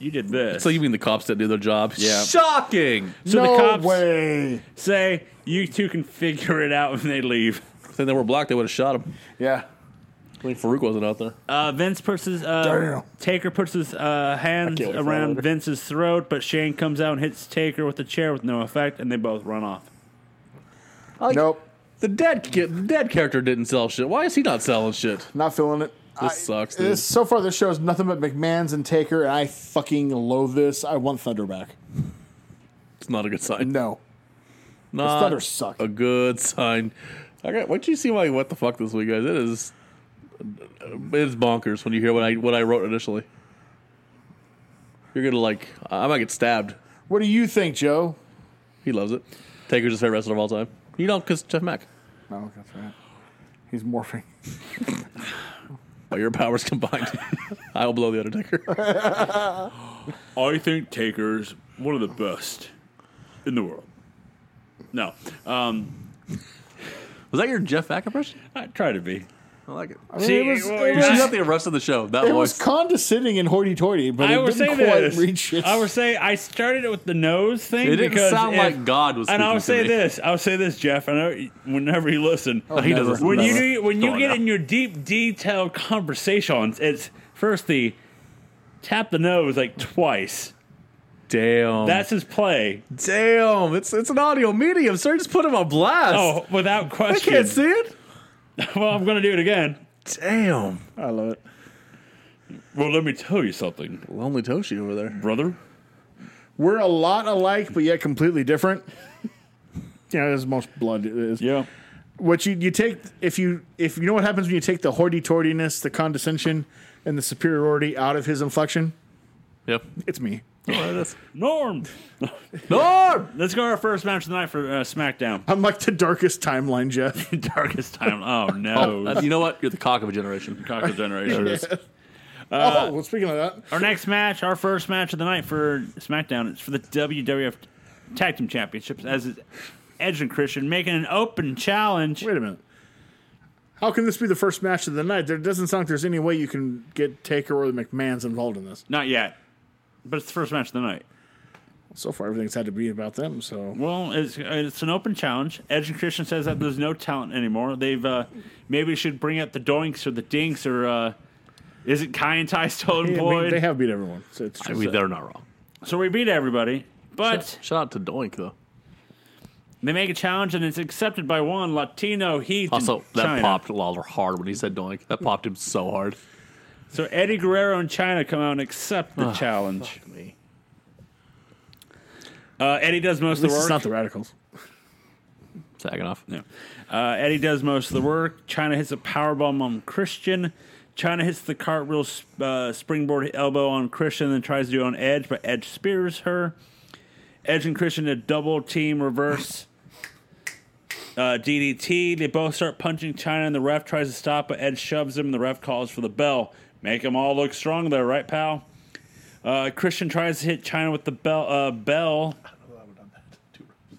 you did this. So you mean the cops that do their job? Yeah. Shocking. So no the cops way. say you two can figure it out when they leave. If they were blocked, they would have shot him. Yeah. I think Farouk wasn't out there. Uh, Vince puts his Damn. uh, Taker puts his uh, hands can't wait for that around later. Vince's throat, but Shane comes out and hits Taker with a chair with no effect, and they both run off. Nope. The dead ki- the dead character didn't sell shit. Why is he not selling shit? Not feeling it. This sucks, dude. This, so far, this show is nothing but McMahon's and Taker, and I fucking loathe this. I want Thunder back. It's not a good sign. No. Not Thunder sucked. a good sign. I got. What you see? Why? What the fuck this week, guys? It is. It's bonkers when you hear what I what I wrote initially. You're gonna like. I might get stabbed. What do you think, Joe? He loves it. Taker's his favorite wrestler of all time. You don't, because Jeff Mack. No, Oh, that's right. He's morphing. By Oh, your (laughs) powers combined, I will blow the Undertaker. I think Taker's one of the best in the world. No, um, Was that your Jeff Mack impression? I try to be. I like it. See, it was, well, it you're You was, got the rest of the show. That it voice. was condescending and hoity-toity, but I it would didn't say quite this. reach its I would say I started it with the nose thing. It didn't because sound if- like God was And I speaking would say to me. this. I would say this, Jeff. I know whenever you listen, he never. doesn't. when you Never. do, when you Come on get now. in your deep, detailed conversations, it's first the tap the nose like twice. Damn. That's his play. Damn, it's it's an audio medium, sir. Just put him on blast. Oh, without I question. can't see it. (laughs) Well, I'm gonna do it again. Damn, I love it. Well, let me tell you something, lonely Toshi over there. brother. We're a lot alike, but yet completely different. (laughs) you know, there's most blood. It is. Yeah. What you you take if you if you know what happens when you take the hoity-toityness, the condescension, and the superiority out of his inflection, Yep. it's me. Norm. Norm. Let's go to our first match tonight for uh, SmackDown. I'm like the darkest timeline, (laughs) Jeff. Darkest time. (laughs) Oh no. Uh, you know what? You're the cock of a generation. (laughs) Cocktail generation. oh, well, speaking of that, Our next match, our first match of the night for SmackDown, it's for the WWF Tag Team Championships as it's Edge and Christian making an open challenge. wait a minute. How can this be the first match of the night? There doesn't sound like there's any way you can get Taker or the McMahon's involved in this. Not yet, but it's the first match of the night. So far, everything's had to be about them. So Well, it's it's an open challenge. Edge and Christian says that there's no talent anymore. They've uh, maybe should bring out the Doinks or the Dinks or uh, isn't Kai and Tai still (laughs) Yeah, I mean, employed? they have beat everyone. So it's true. they're not wrong. so we beat everybody, but Shout out to Doink though. they make a challenge and it's accepted by one Latino Heat. Also, that China. popped Lawler hard when he said Doink. That popped him so hard. So Eddie Guerrero and China come out and accept Ah, the challenge. me. Uh, Eddie does most of This the is work. not the radicals. Sagging off. No. Uh, Eddie does most of the work. China hits a powerbomb on Christian. China hits the cartwheel sp- uh, springboard elbow on Christian, then tries to do it on Edge, but Edge spears her. Edge and Christian a double team reverse. Uh, DDT, they both start punching China, and the ref tries to stop, but Ed shoves him, and the ref calls for the bell. Make them all look strong there, right, pal? Uh, Christian tries to hit China with the bell, uh, bell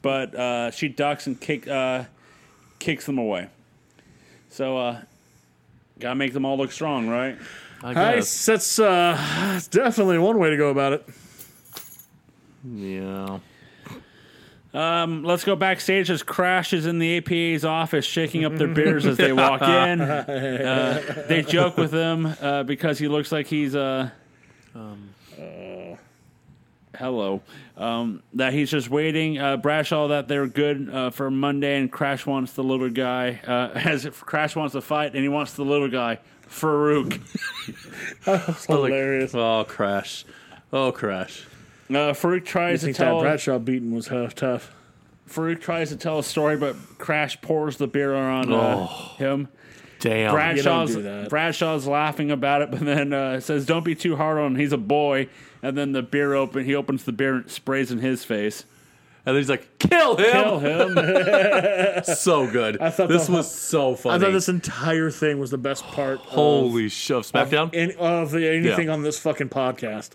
but uh, she ducks and kick, uh, kicks them away. So, uh, gotta make them all look strong, right? I guess. Nice. That's, uh, that's definitely one way to go about it. Yeah. Let's go backstage as Crash is in the APA's office shaking up their beers as they walk in. Uh, they joke with him uh, because he looks like he's Uh, uh, hello. Um, that he's just waiting. Uh, Brashaw that they're good uh, for Monday, and Crash wants the little guy. Uh, (laughs) as if Crash wants to fight, and he wants the little guy. Farouk. Like, Hilarious. oh, crash. Oh, crash. Uh, Farouk I tries to think that tell Bradshaw beating was half tough. Farouk tries to tell a story, but Crash pours the beer on uh, him. Damn. Bradshaw's do that. Bradshaw's laughing about it, but then uh, says, "Don't be too hard on him. He's a boy." And then the beer open. He opens the beer and sprays in his face. and he's like, kill him. Kill him! So good. I thought this the- was so funny. Uh, I thought this entire thing was the best part. Holy shove. SmackDown? of, any, of the, anything Yeah. on this fucking podcast.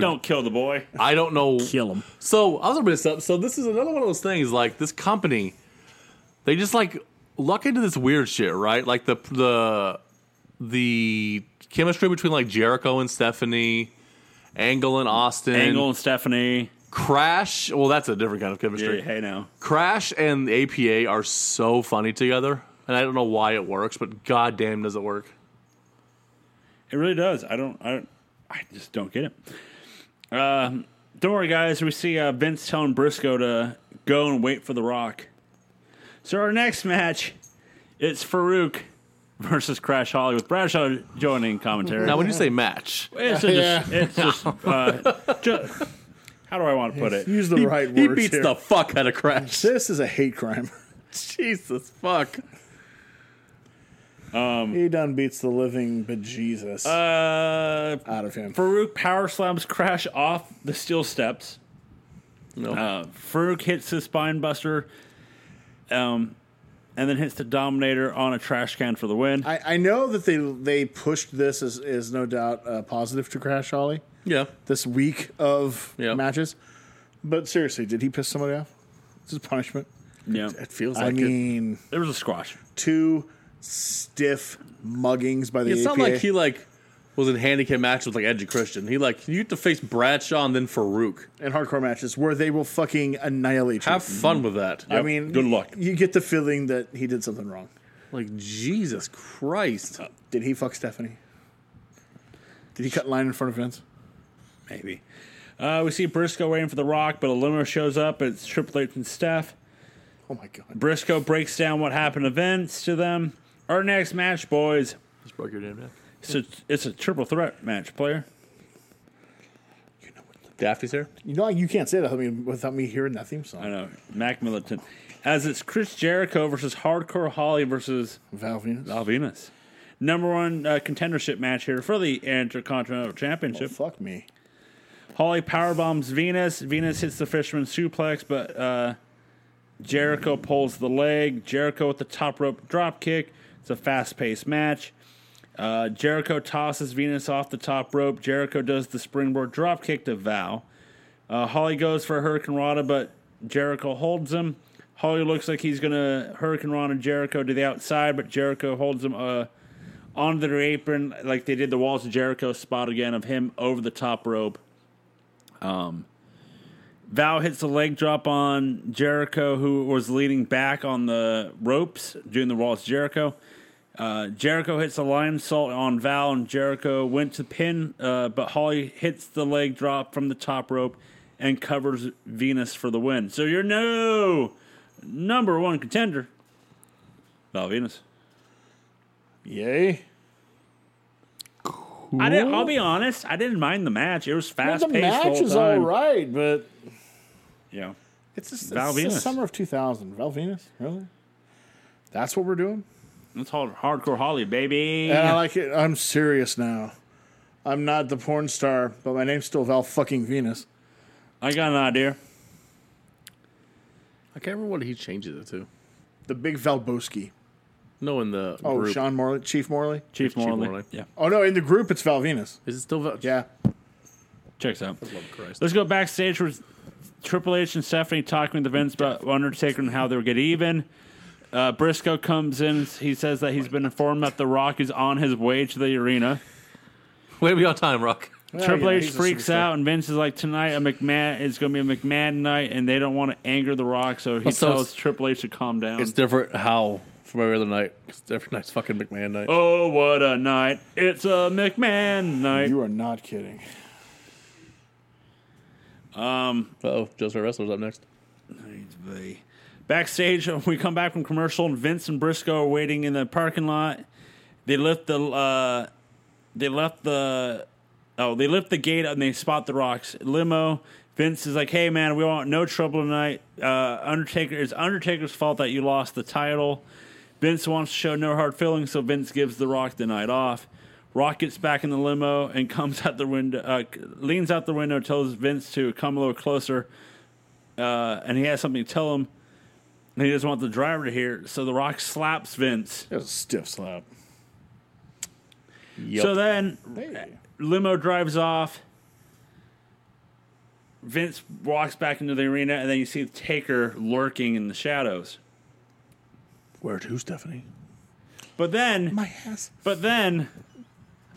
(laughs) Don't kill the boy. I don't know. Kill him. So I was gonna bring this up. So this is another one of those things. Like this company, they just like luck into this weird shit, right? Like the the the chemistry between like Jericho and Stephanie, Angle and Austin, Angle and Stephanie. Crash. Well, that's a different kind of chemistry. Hey, hey now. Crash and the APA are so funny together, and I don't know why it works, but goddamn, does it work? It really does. I don't. I don't. I just don't get it. Um, don't worry, guys. We see uh, Vince telling Briscoe to go and wait for The Rock. So our next match, it's Farouk versus Crash Holly with Bradshaw joining commentary. Now, when you say match, It's just, it's just, uh, ju- how do I want to put it? Use the right he words beats here. the fuck out of Crash. (laughs) This is a hate crime. (laughs) Jesus fuck. he done beats the living bejesus Uh, out of him. Farouk power slams Crash off the steel steps. No. Uh, Farouk hits his spine buster, um, and then hits the Dominator on a trash can for the win. I, I know that they they pushed this as is no doubt uh, positive to Crash Holly Yeah. this week of Yeah. matches, but seriously, did he piss somebody off? This is punishment. yeah, It feels I like it. mean, there was a squash. two stiff muggings by the It's APA. not like he like was in handicap match with like Edgy Christian. He like you get to face Bradshaw and then Farouk. in hardcore matches where they will fucking annihilate you. Have fun with that. I mean, Good luck. You get the feeling that he did something wrong. Like Jesus Christ. Did he fuck Stephanie? Did he cut line in front of Vince? Maybe. Uh, we see Briscoe waiting for The Rock, but a limo shows up. It's Triple H and Steph. Oh my god! Briscoe breaks down what happened to Vince to them. Our next match, boys, Just broke your damn neck. It's a, it's a triple threat match, player. Daffy's here. You know you can't say that without me, without me hearing that theme I song. know. Uh, Mac Militant. As it's Chris Jericho versus Hardcore Holly versus Val Venus. Al Venus. Number one uh, contendership match here for the Intercontinental Oh, Championship. fuck me. Holly powerbombs Venus. Venus hits the fisherman suplex, but uh, Jericho pulls the leg. Jericho with the top rope drop kick. It's a fast paced match. Uh, Jericho tosses Venus off the top rope. Jericho does the springboard drop kick to Val. Uh, Holly goes for Hurricane Rana, but Jericho holds him. Holly looks like he's going to Hurricane Rana Jericho to the outside, but Jericho holds him uh, onto their apron like they did the Walls of Jericho spot again of him over the top rope. Val hits the leg drop on Jericho, who was leaning back on the ropes doing the Walls Jericho. Uh, Jericho hits a lion salt on Val, and Jericho went to pin, uh, but Holly hits the leg drop from the top rope and covers Venus for the win. So you're no number one contender, Val Venus. Yay! I didn't, I'll be honest, I didn't mind the match. It was Well, fast the paced. match is all right, but Yeah. it's just Val it's the Venus. summer of 2000. Val Venus, really? That's what we're doing. It's hard, hardcore Holly, baby. And I like it. I'm serious now. I'm not the porn star, but my name's still Val fucking Venus. I got an idea. I can't remember what he changes it to. The big Valboski. No, in the Oh, group. Sean Morley, Chief Morley. Chief Morley. Morley. Yeah, Oh no, in the group it's Valvinus. Is it still Val- Yeah. checks out. Christ. Let's go backstage with Triple H and Stephanie talking to Vince about Undertaker and how they'll get even. Uh, Briscoe comes in. He says that he's been informed that The Rock is on his way to the arena. Way beyond time, Rock. Well, Triple you know, H Oh, he's a freaks superstar. out, and Vince is like, "Tonight, a McMahon is going to be a McMahon night, and they don't want to anger The Rock, so he So tells it's- Triple H to calm down." It's different how from every other night. It's every night's fucking McMahon night. oh, what a night! It's a McMahon night. You are not kidding. Oh, Just our Wrestler's up next. Backstage, (laughs) we come back from commercial, and Vince and Briscoe are waiting in the parking lot. They lift the, uh, they left the, oh, they lift the gate and they spot the rocks limo. Vince is like, "Hey man, we want no trouble tonight. Uh, Undertaker, it's Undertaker's fault that you lost the title." Vince wants to show no hard feelings, so Vince gives The Rock the night off. Rock gets back in the limo and comes out the window, uh, leans out the window, tells Vince to come a little closer, uh, and he has something to tell him. And he doesn't want the driver to hear, so The Rock slaps Vince. That was a stiff slap. Yep. So then Hey. limo drives off. Vince walks back into the arena, and then you see Taker lurking in the shadows. Where to, Stephanie? But then My ass. But then,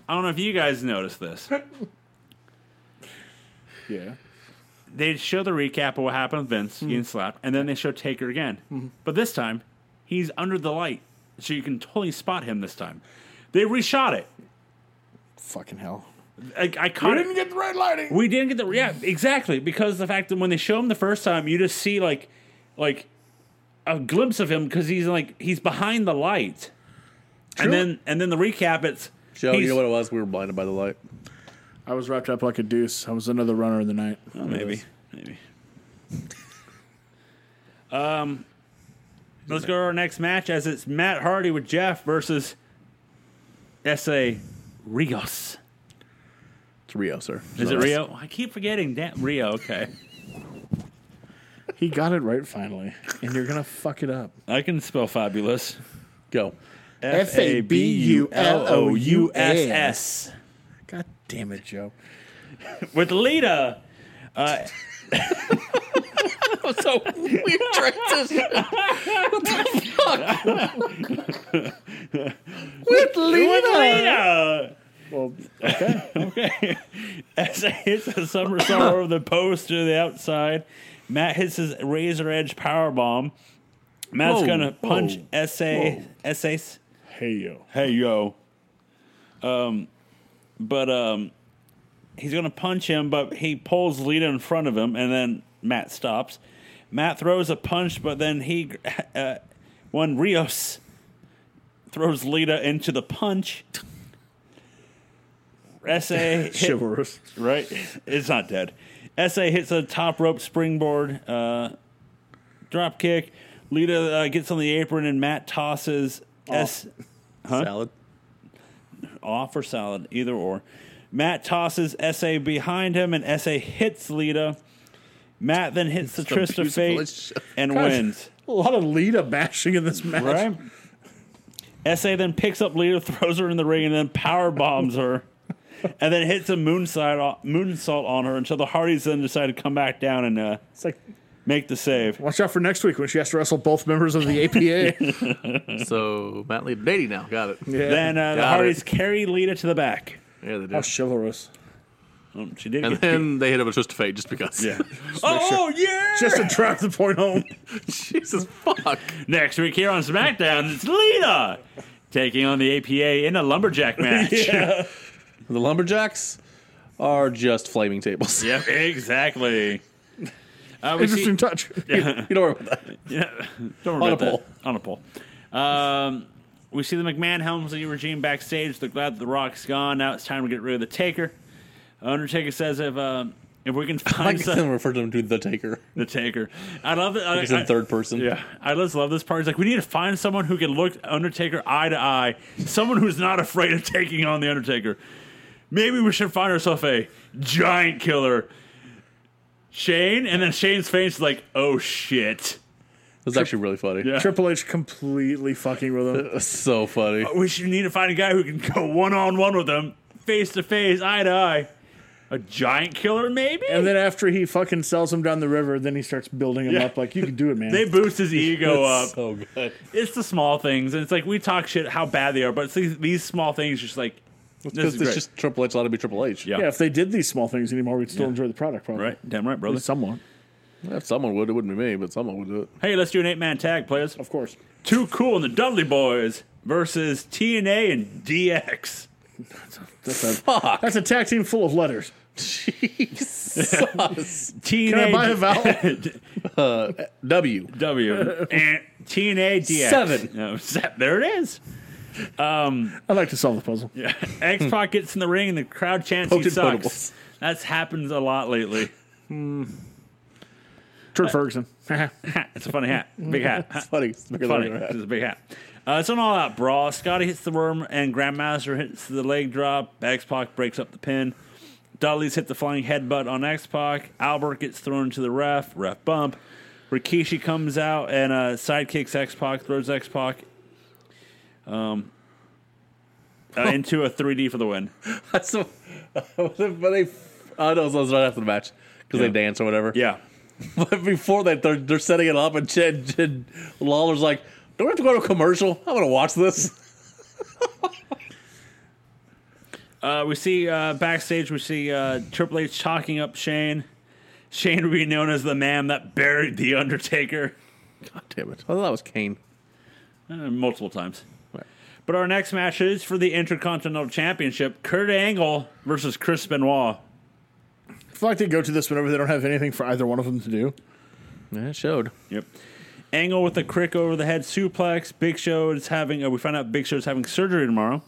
I don't know if you guys noticed this. Yeah. They show the recap of what happened with Vince getting slapped, and then they show Taker again. But this time, he's under the light, so you can totally spot him this time. They reshot it. Fucking hell. I, I I caught didn't it. get the right lighting. We didn't get the yeah exactly because the fact that when they show him the first time, you just see like, like, a glimpse of him because he's like he's behind the light, and then and then the recap it's Joe, you he's- know what it was? We were blinded by the light. I was wrapped up like a deuce. I was another runner in the night. Maybe. Maybe. um, (laughs) let's go to our next match as it's Matt Hardy with Jeff versus S.A. Rios. It's Rio, sir. Is it Rio? I keep forgetting that Rio. Okay, He got it right finally, and you're gonna fuck it up. I can spell fabulous. Go. F A B U L O U S S. S. God damn it, Joe. with Lita. so weird transition. what the fuck? With Lita. Well, Okay. (laughs) S.A. hits a (coughs) somersault over the post to the outside. Matt hits his razor edge power bomb. Matt's Whoa, gonna whoa, punch SA SA. hey yo. Hey yo. Um, but um, he's gonna punch him, but he pulls Lita in front of him, and then Matt stops. Matt throws a punch, but then he, (laughs) uh, one Rios, throws Lita into the punch. SA hit Chivalrous. right? It's not dead. SA hits a top rope springboard uh, drop kick. Lita uh, gets on the apron and Matt tosses S Salad. off or salad, either or. Matt tosses SA behind him and SA hits Lita. Matt then hits the a twist of beautiful fate (laughs) relationship. and Gosh. wins. A lot of Lita bashing in this match. Right? SA then picks up Lita, (laughs) throws her in the ring, and then power bombs (laughs) her. And then hits a moonsault, moonsault on her until the Hardys then decide to come back down and uh, It's like, make the save. watch out for next week when she has to wrestle both members of the (laughs) APA. So Matt Lee dating now. Got it. Yeah, Then uh, the Got Hardys it. carry Lita to the back. they Oh, do. How chivalrous. Um, she did and get beat. then they hit him with Twist of Fate just because. Yeah. oh, yeah! Just to drive the (laughs) point home. (laughs) Jesus fuck. Next week here on SmackDown, it's Lita taking on the APA in a (laughs) lumberjack match. The Lumberjacks are just flaming tables. Yep, exactly. Uh, we see- Interesting touch. (laughs) you don't worry about that. Yeah. Don't On worry a about that. On a pole. Um, we see the McMahon Helmsley regime backstage. They're glad the Rock's gone. Now it's time to get rid of the Taker. Undertaker says if um, if we (laughs) can I find like some, to refer to him to the Taker. the Taker, I love it. I- He's in I- third person. Yeah, I just love this part. It's like we need to find someone who can look Undertaker eye to eye, someone who's not afraid of taking on the Undertaker. Maybe we should find ourselves a giant killer, Shane, and then Shane's face is like, oh shit. was actually really funny. Yeah. Triple H completely fucking with him. It was so Oh, funny. We should need to find a guy who can go one on one with them, face to face, eye to eye. A giant killer, maybe. And then after he fucking sells him down the river, then he starts building him Yeah. up like you can do it, man. they boost his ego up. So good. It's the small things, and it's like we talk shit how bad they are, but it's these, these small things just like this Because is great. it's just Triple H allowed to be Triple H. Yeah. yeah, if they did these small things anymore, we'd still enjoy the product, probably. right, damn right, brother. Someone, If someone would, it wouldn't be me, but someone would do it. Hey, let's do an eight man tag, players. of course. Too cool and the Dudley Boys versus TNA and DX. That's a, that's a tag team full of letters. Jesus. TNA Can I buy a (laughs) vowel? w. W (laughs) Eh, and TNA DX Seven. No, se- there it is. I'd like to solve the puzzle. Yeah. Hmm. X Pac gets in the ring and the crowd chants Poked he in sucks. potables. That's happened a lot lately. Trent Ferguson. That's it's a funny hat, big (laughs) hat. Funny. It's bigger than funny. your head. (laughs) It's a big hat. Uh, it's an all out brawl. Scotty hits the worm and Grandmaster hits the leg drop. X Pac breaks up the pin. Dudley's hit the flying headbutt on X Pac. Albert gets thrown to the ref. Ref bump. Rikishi comes out and uh, sidekicks X Pac, throws X Pac um, uh, into a 3D for the win. That's so. but they. Oh, no, so it was right after the match because Yeah. they dance or whatever. Yeah. (laughs) But before that, they're, they're setting it up, and Chad, Chad Lawler's like, "Don't we have to go to a commercial? I want to watch this." Uh, we see uh, backstage, we see uh, Triple H talking up Shane. Shane would be known as the man that buried The Undertaker. God damn it! I thought that was Kane. Uh, multiple times. Right. But our next match is for the Intercontinental Championship Kurt Angle versus Chris Benoit. I feel like they go to this whenever they don't have anything for either one of them to do. Yeah, it showed. Yep. Angle with a crick over the head suplex. Big Show is having, uh, we find out Big Show is having surgery tomorrow.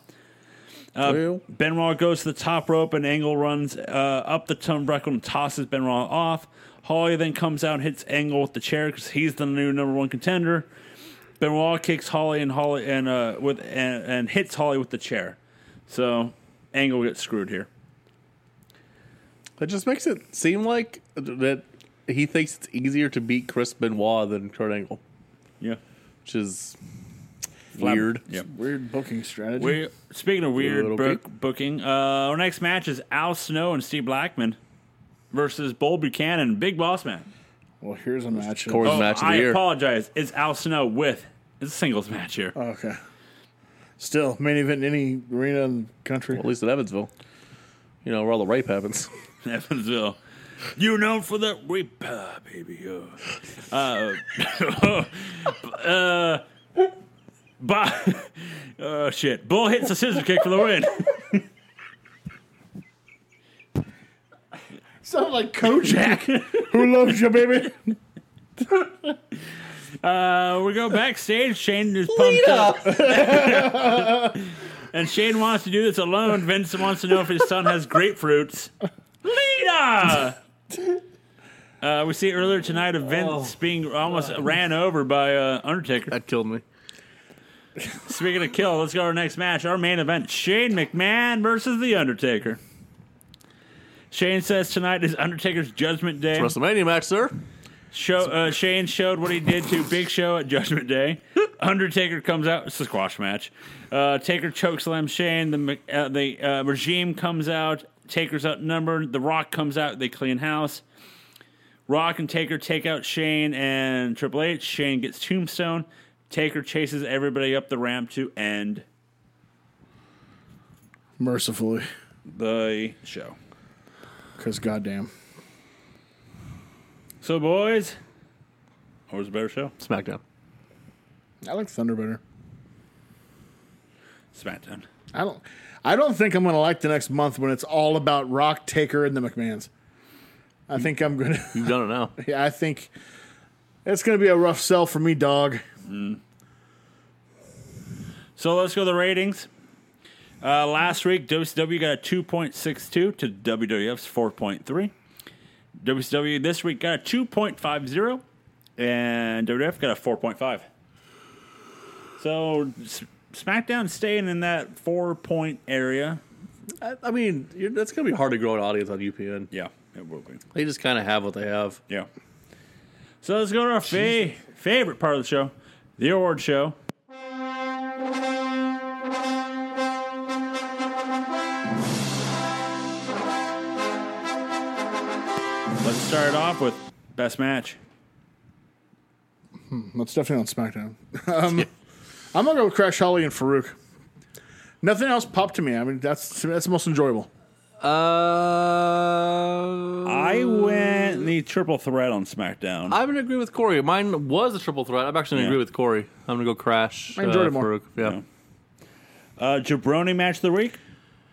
Um, Well, Benoit goes to the top rope and Angle runs uh, up the turnbuckle and tosses Benoit off. Holly then comes out and hits Angle with the chair because he's the new number one contender. Benoit kicks Holly and Holly and uh, with and, and hits Holly with the chair. So Angle gets screwed here. it just makes it seem like that he thinks it's easier to beat Chris Benoit than Kurt Angle, Yeah. which is weird. Yeah. Weird booking strategy. We speaking of weird Little book, booking, uh, our next match is Al Snow and Steve Blackman versus Bull Buchanan, Big Boss Man. Well, here's a match. Corey's Oh, match of the I year. apologize. It's Al Snow with it's a singles match here. Oh, Okay. Still, main event in any arena in the country. At least at Evansville, you know where all the (laughs) rape happens. Evansville. You known for that rape, uh, baby. Uh, uh, (laughs) uh, (laughs) Bob- oh shit! Bull hits a scissor kick for the win. Sound (laughs) like Kojak. (laughs) Who loves you, baby? Uh, we go backstage. Shane is pumped up. (laughs) and Shane wants to do this alone. Vince wants to know if his son has grapefruits. Lita! Uh, we see earlier tonight of Vince being almost ran over by uh, Undertaker. that killed me. Speaking of kill, let's go to our next match. Our main event Shane McMahon versus The Undertaker. Shane says tonight is Undertaker's Judgment Day. WrestleMania match, sir. Show, uh, Shane showed what he did to Big Show at Judgment Day. Undertaker comes out. It's a squash match. Uh, Taker chokeslams Shane. The Mc- uh, the uh, regime comes out. Taker's outnumbered. The Rock comes out. They clean house. Rock and Taker take out Shane and Triple H. Shane gets Tombstone. Taker chases everybody up the ramp to end Mercifully, the show. because goddamn. So, boys, what was a better show? SmackDown. I like Thunder better. SmackDown. I don't. I don't think I'm gonna like the next month when it's all about Rock Taker and the McMahons. I think I'm gonna. (laughs) You've done it now. (laughs) Yeah, I think it's gonna be a rough sell for me, dog. So let's go to the ratings. Uh, last week, WCW got a 2.62 to WWF's 4.3. WCW this week got a 2.50, and WWF got a 4.5. So S- SmackDown staying in that four point area. I, I mean, you're, that's gonna be hard to grow an audience on UPN. Yeah, it will be. They just kind of have what they have. Yeah. So let's go to our fa- favorite part of the show, the award show. Let's start off with best match. That's definitely on SmackDown. (laughs) um, I'm gonna go with Crash Holly and Farouk. Nothing else popped to me. I mean, that's that's the most enjoyable. Uh, I went the triple threat on SmackDown. I'm gonna agree with Corey. Mine was a triple threat. I'm actually gonna Yeah. agree with Corey. I'm gonna go crash. I enjoyed it more. Farouk. Yeah. Yeah. Uh, jabroni match of the week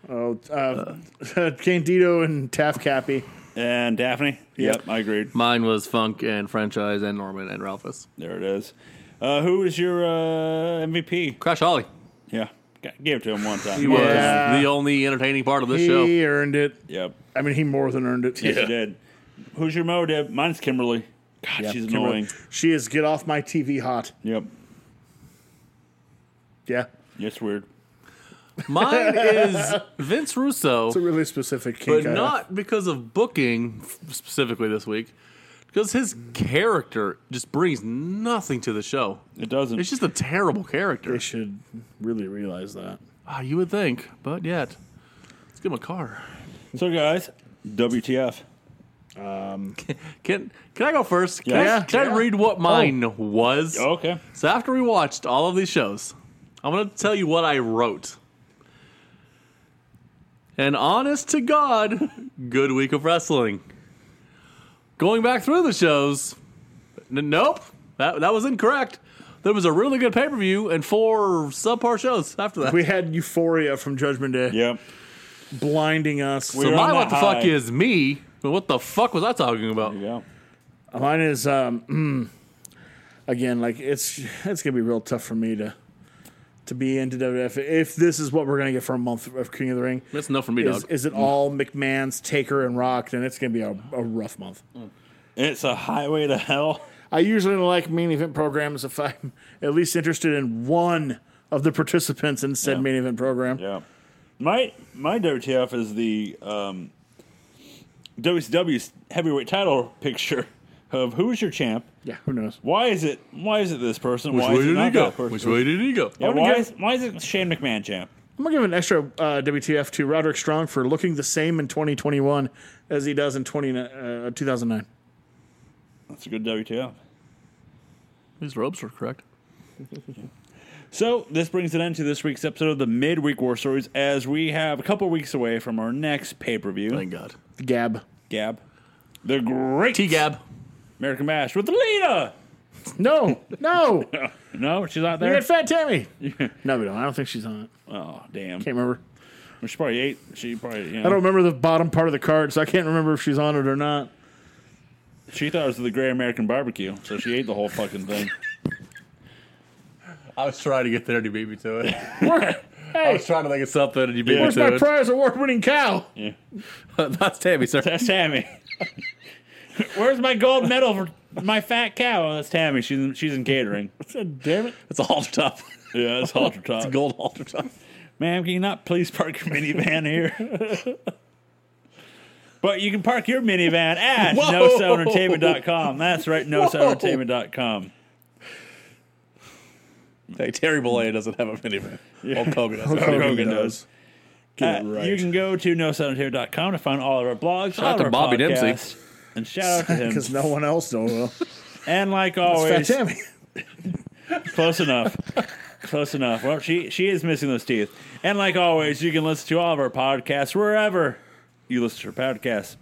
Oh, uh, (laughs) Candido and Taff Cappy. and Daphne. Yep, I agreed. Mine was Funk and Franchise and Norman and Ralphus. There it is. Uh, who is your uh, MVP? Crash Holly. Yeah, G- gave it to him one He time. was Yeah. the only entertaining part of this He (laughs) show. earned it. yep, I mean, he more than earned it. yes, you did. Who's your Mo Deb? Mine's Kimberly. God, Yeah, she's Kimberly. annoying. She is get off my TV hot. Yep, Yeah, it's weird. Mine is Vince Russo. it's a really specific kink. but I have. not because of booking f- specifically this week, because his character just brings nothing to the show. It doesn't. It's just a terrible character. They should really realize that. Ah, you would think, but yet, let's give him a car. so, guys, WTF? Can Can I go first? Can, Yeah. I, can Yeah. Oh. I read what mine was? Okay, So after we watched all of these shows, I'm going to tell you what I wrote. An honest to God, good week of wrestling. Going back through the shows, n- nope, that, that was incorrect. There was a really good pay per view and four subpar shows after that. We had euphoria from Judgment Day yep. blinding us. so We're on my that what the fuck high. is me? But what the fuck was I talking about? There you go. Mine is um, (clears throat) mm, again like it's it's gonna be real tough for me to to be into WWF if this is what we're gonna get for a month of King of the Ring. That's enough for me, Is, dog. is it all McMahon's Taker and Rock? Then it's gonna be a, a rough month. It's a highway to hell. I usually don't like main event programs if I'm (laughs) at least interested in one of the participants in said main event program. Yeah. My my WTF is the um, WCW's heavyweight title picture of who's your champ. Yeah, who knows? Why is it? Why is it this person? Which why way is it did not he go? that person? Which way did he go? Yeah, wouldn't why, give- is, why is it Shane McMahon champ? I'm gonna give an extra uh, WTF to Roderick Strong for looking the same in 2021 as he does in 20, uh, 2009. That's a good WTF. These robes were correct. So this brings an end to this week's episode of the Midweek War Stories, as we have a couple weeks away from our next pay per view. Thank God. Gab. Gab, the Great T Gab. American Bash with Lita. No, (laughs) no. we No, she's not there. got Fat Tammy. no, we don't. I don't think she's on it. Oh damn! Can't remember. She probably ate. She probably. You know, I don't remember the bottom part of the card, so I can't remember if she's on it or not. She thought it was the Great American Barbecue, so she ate the whole fucking (laughs) thing. I was trying to get there and you beat me to it. Where- (laughs) I hey, was trying to think of something and you beat me where's my to prize award winning cow? Yeah. it. (laughs) That's Tammy, sir. That's Tammy. (laughs) Where's my gold medal for my fat cow? Oh, that's Tammy. She's in, she's in (laughs) catering. Damn it. It's a halter top. Yeah, that's halter top. Gold halter top. Ma'am, can you not please park your minivan here? (laughs) but you can park your minivan at Whoa! nosoentertainment.com. That's right, nosoentertainment.com. Hey, Terry Bollea doesn't have a minivan. Hulk Hogan does. Hulk Hogan Hogan does. Get it Uh, right. You can go to nosoentertainment.com to find all of our blogs, all out of to our Bobby Dempsey. podcasts, And shout out to (laughs) him. Because no one else knows. Well, And like Fat always, Tammy. close enough. (laughs) Close enough. Well, she she is missing those teeth. And like always, you can listen to all of our podcasts wherever you listen to your podcasts.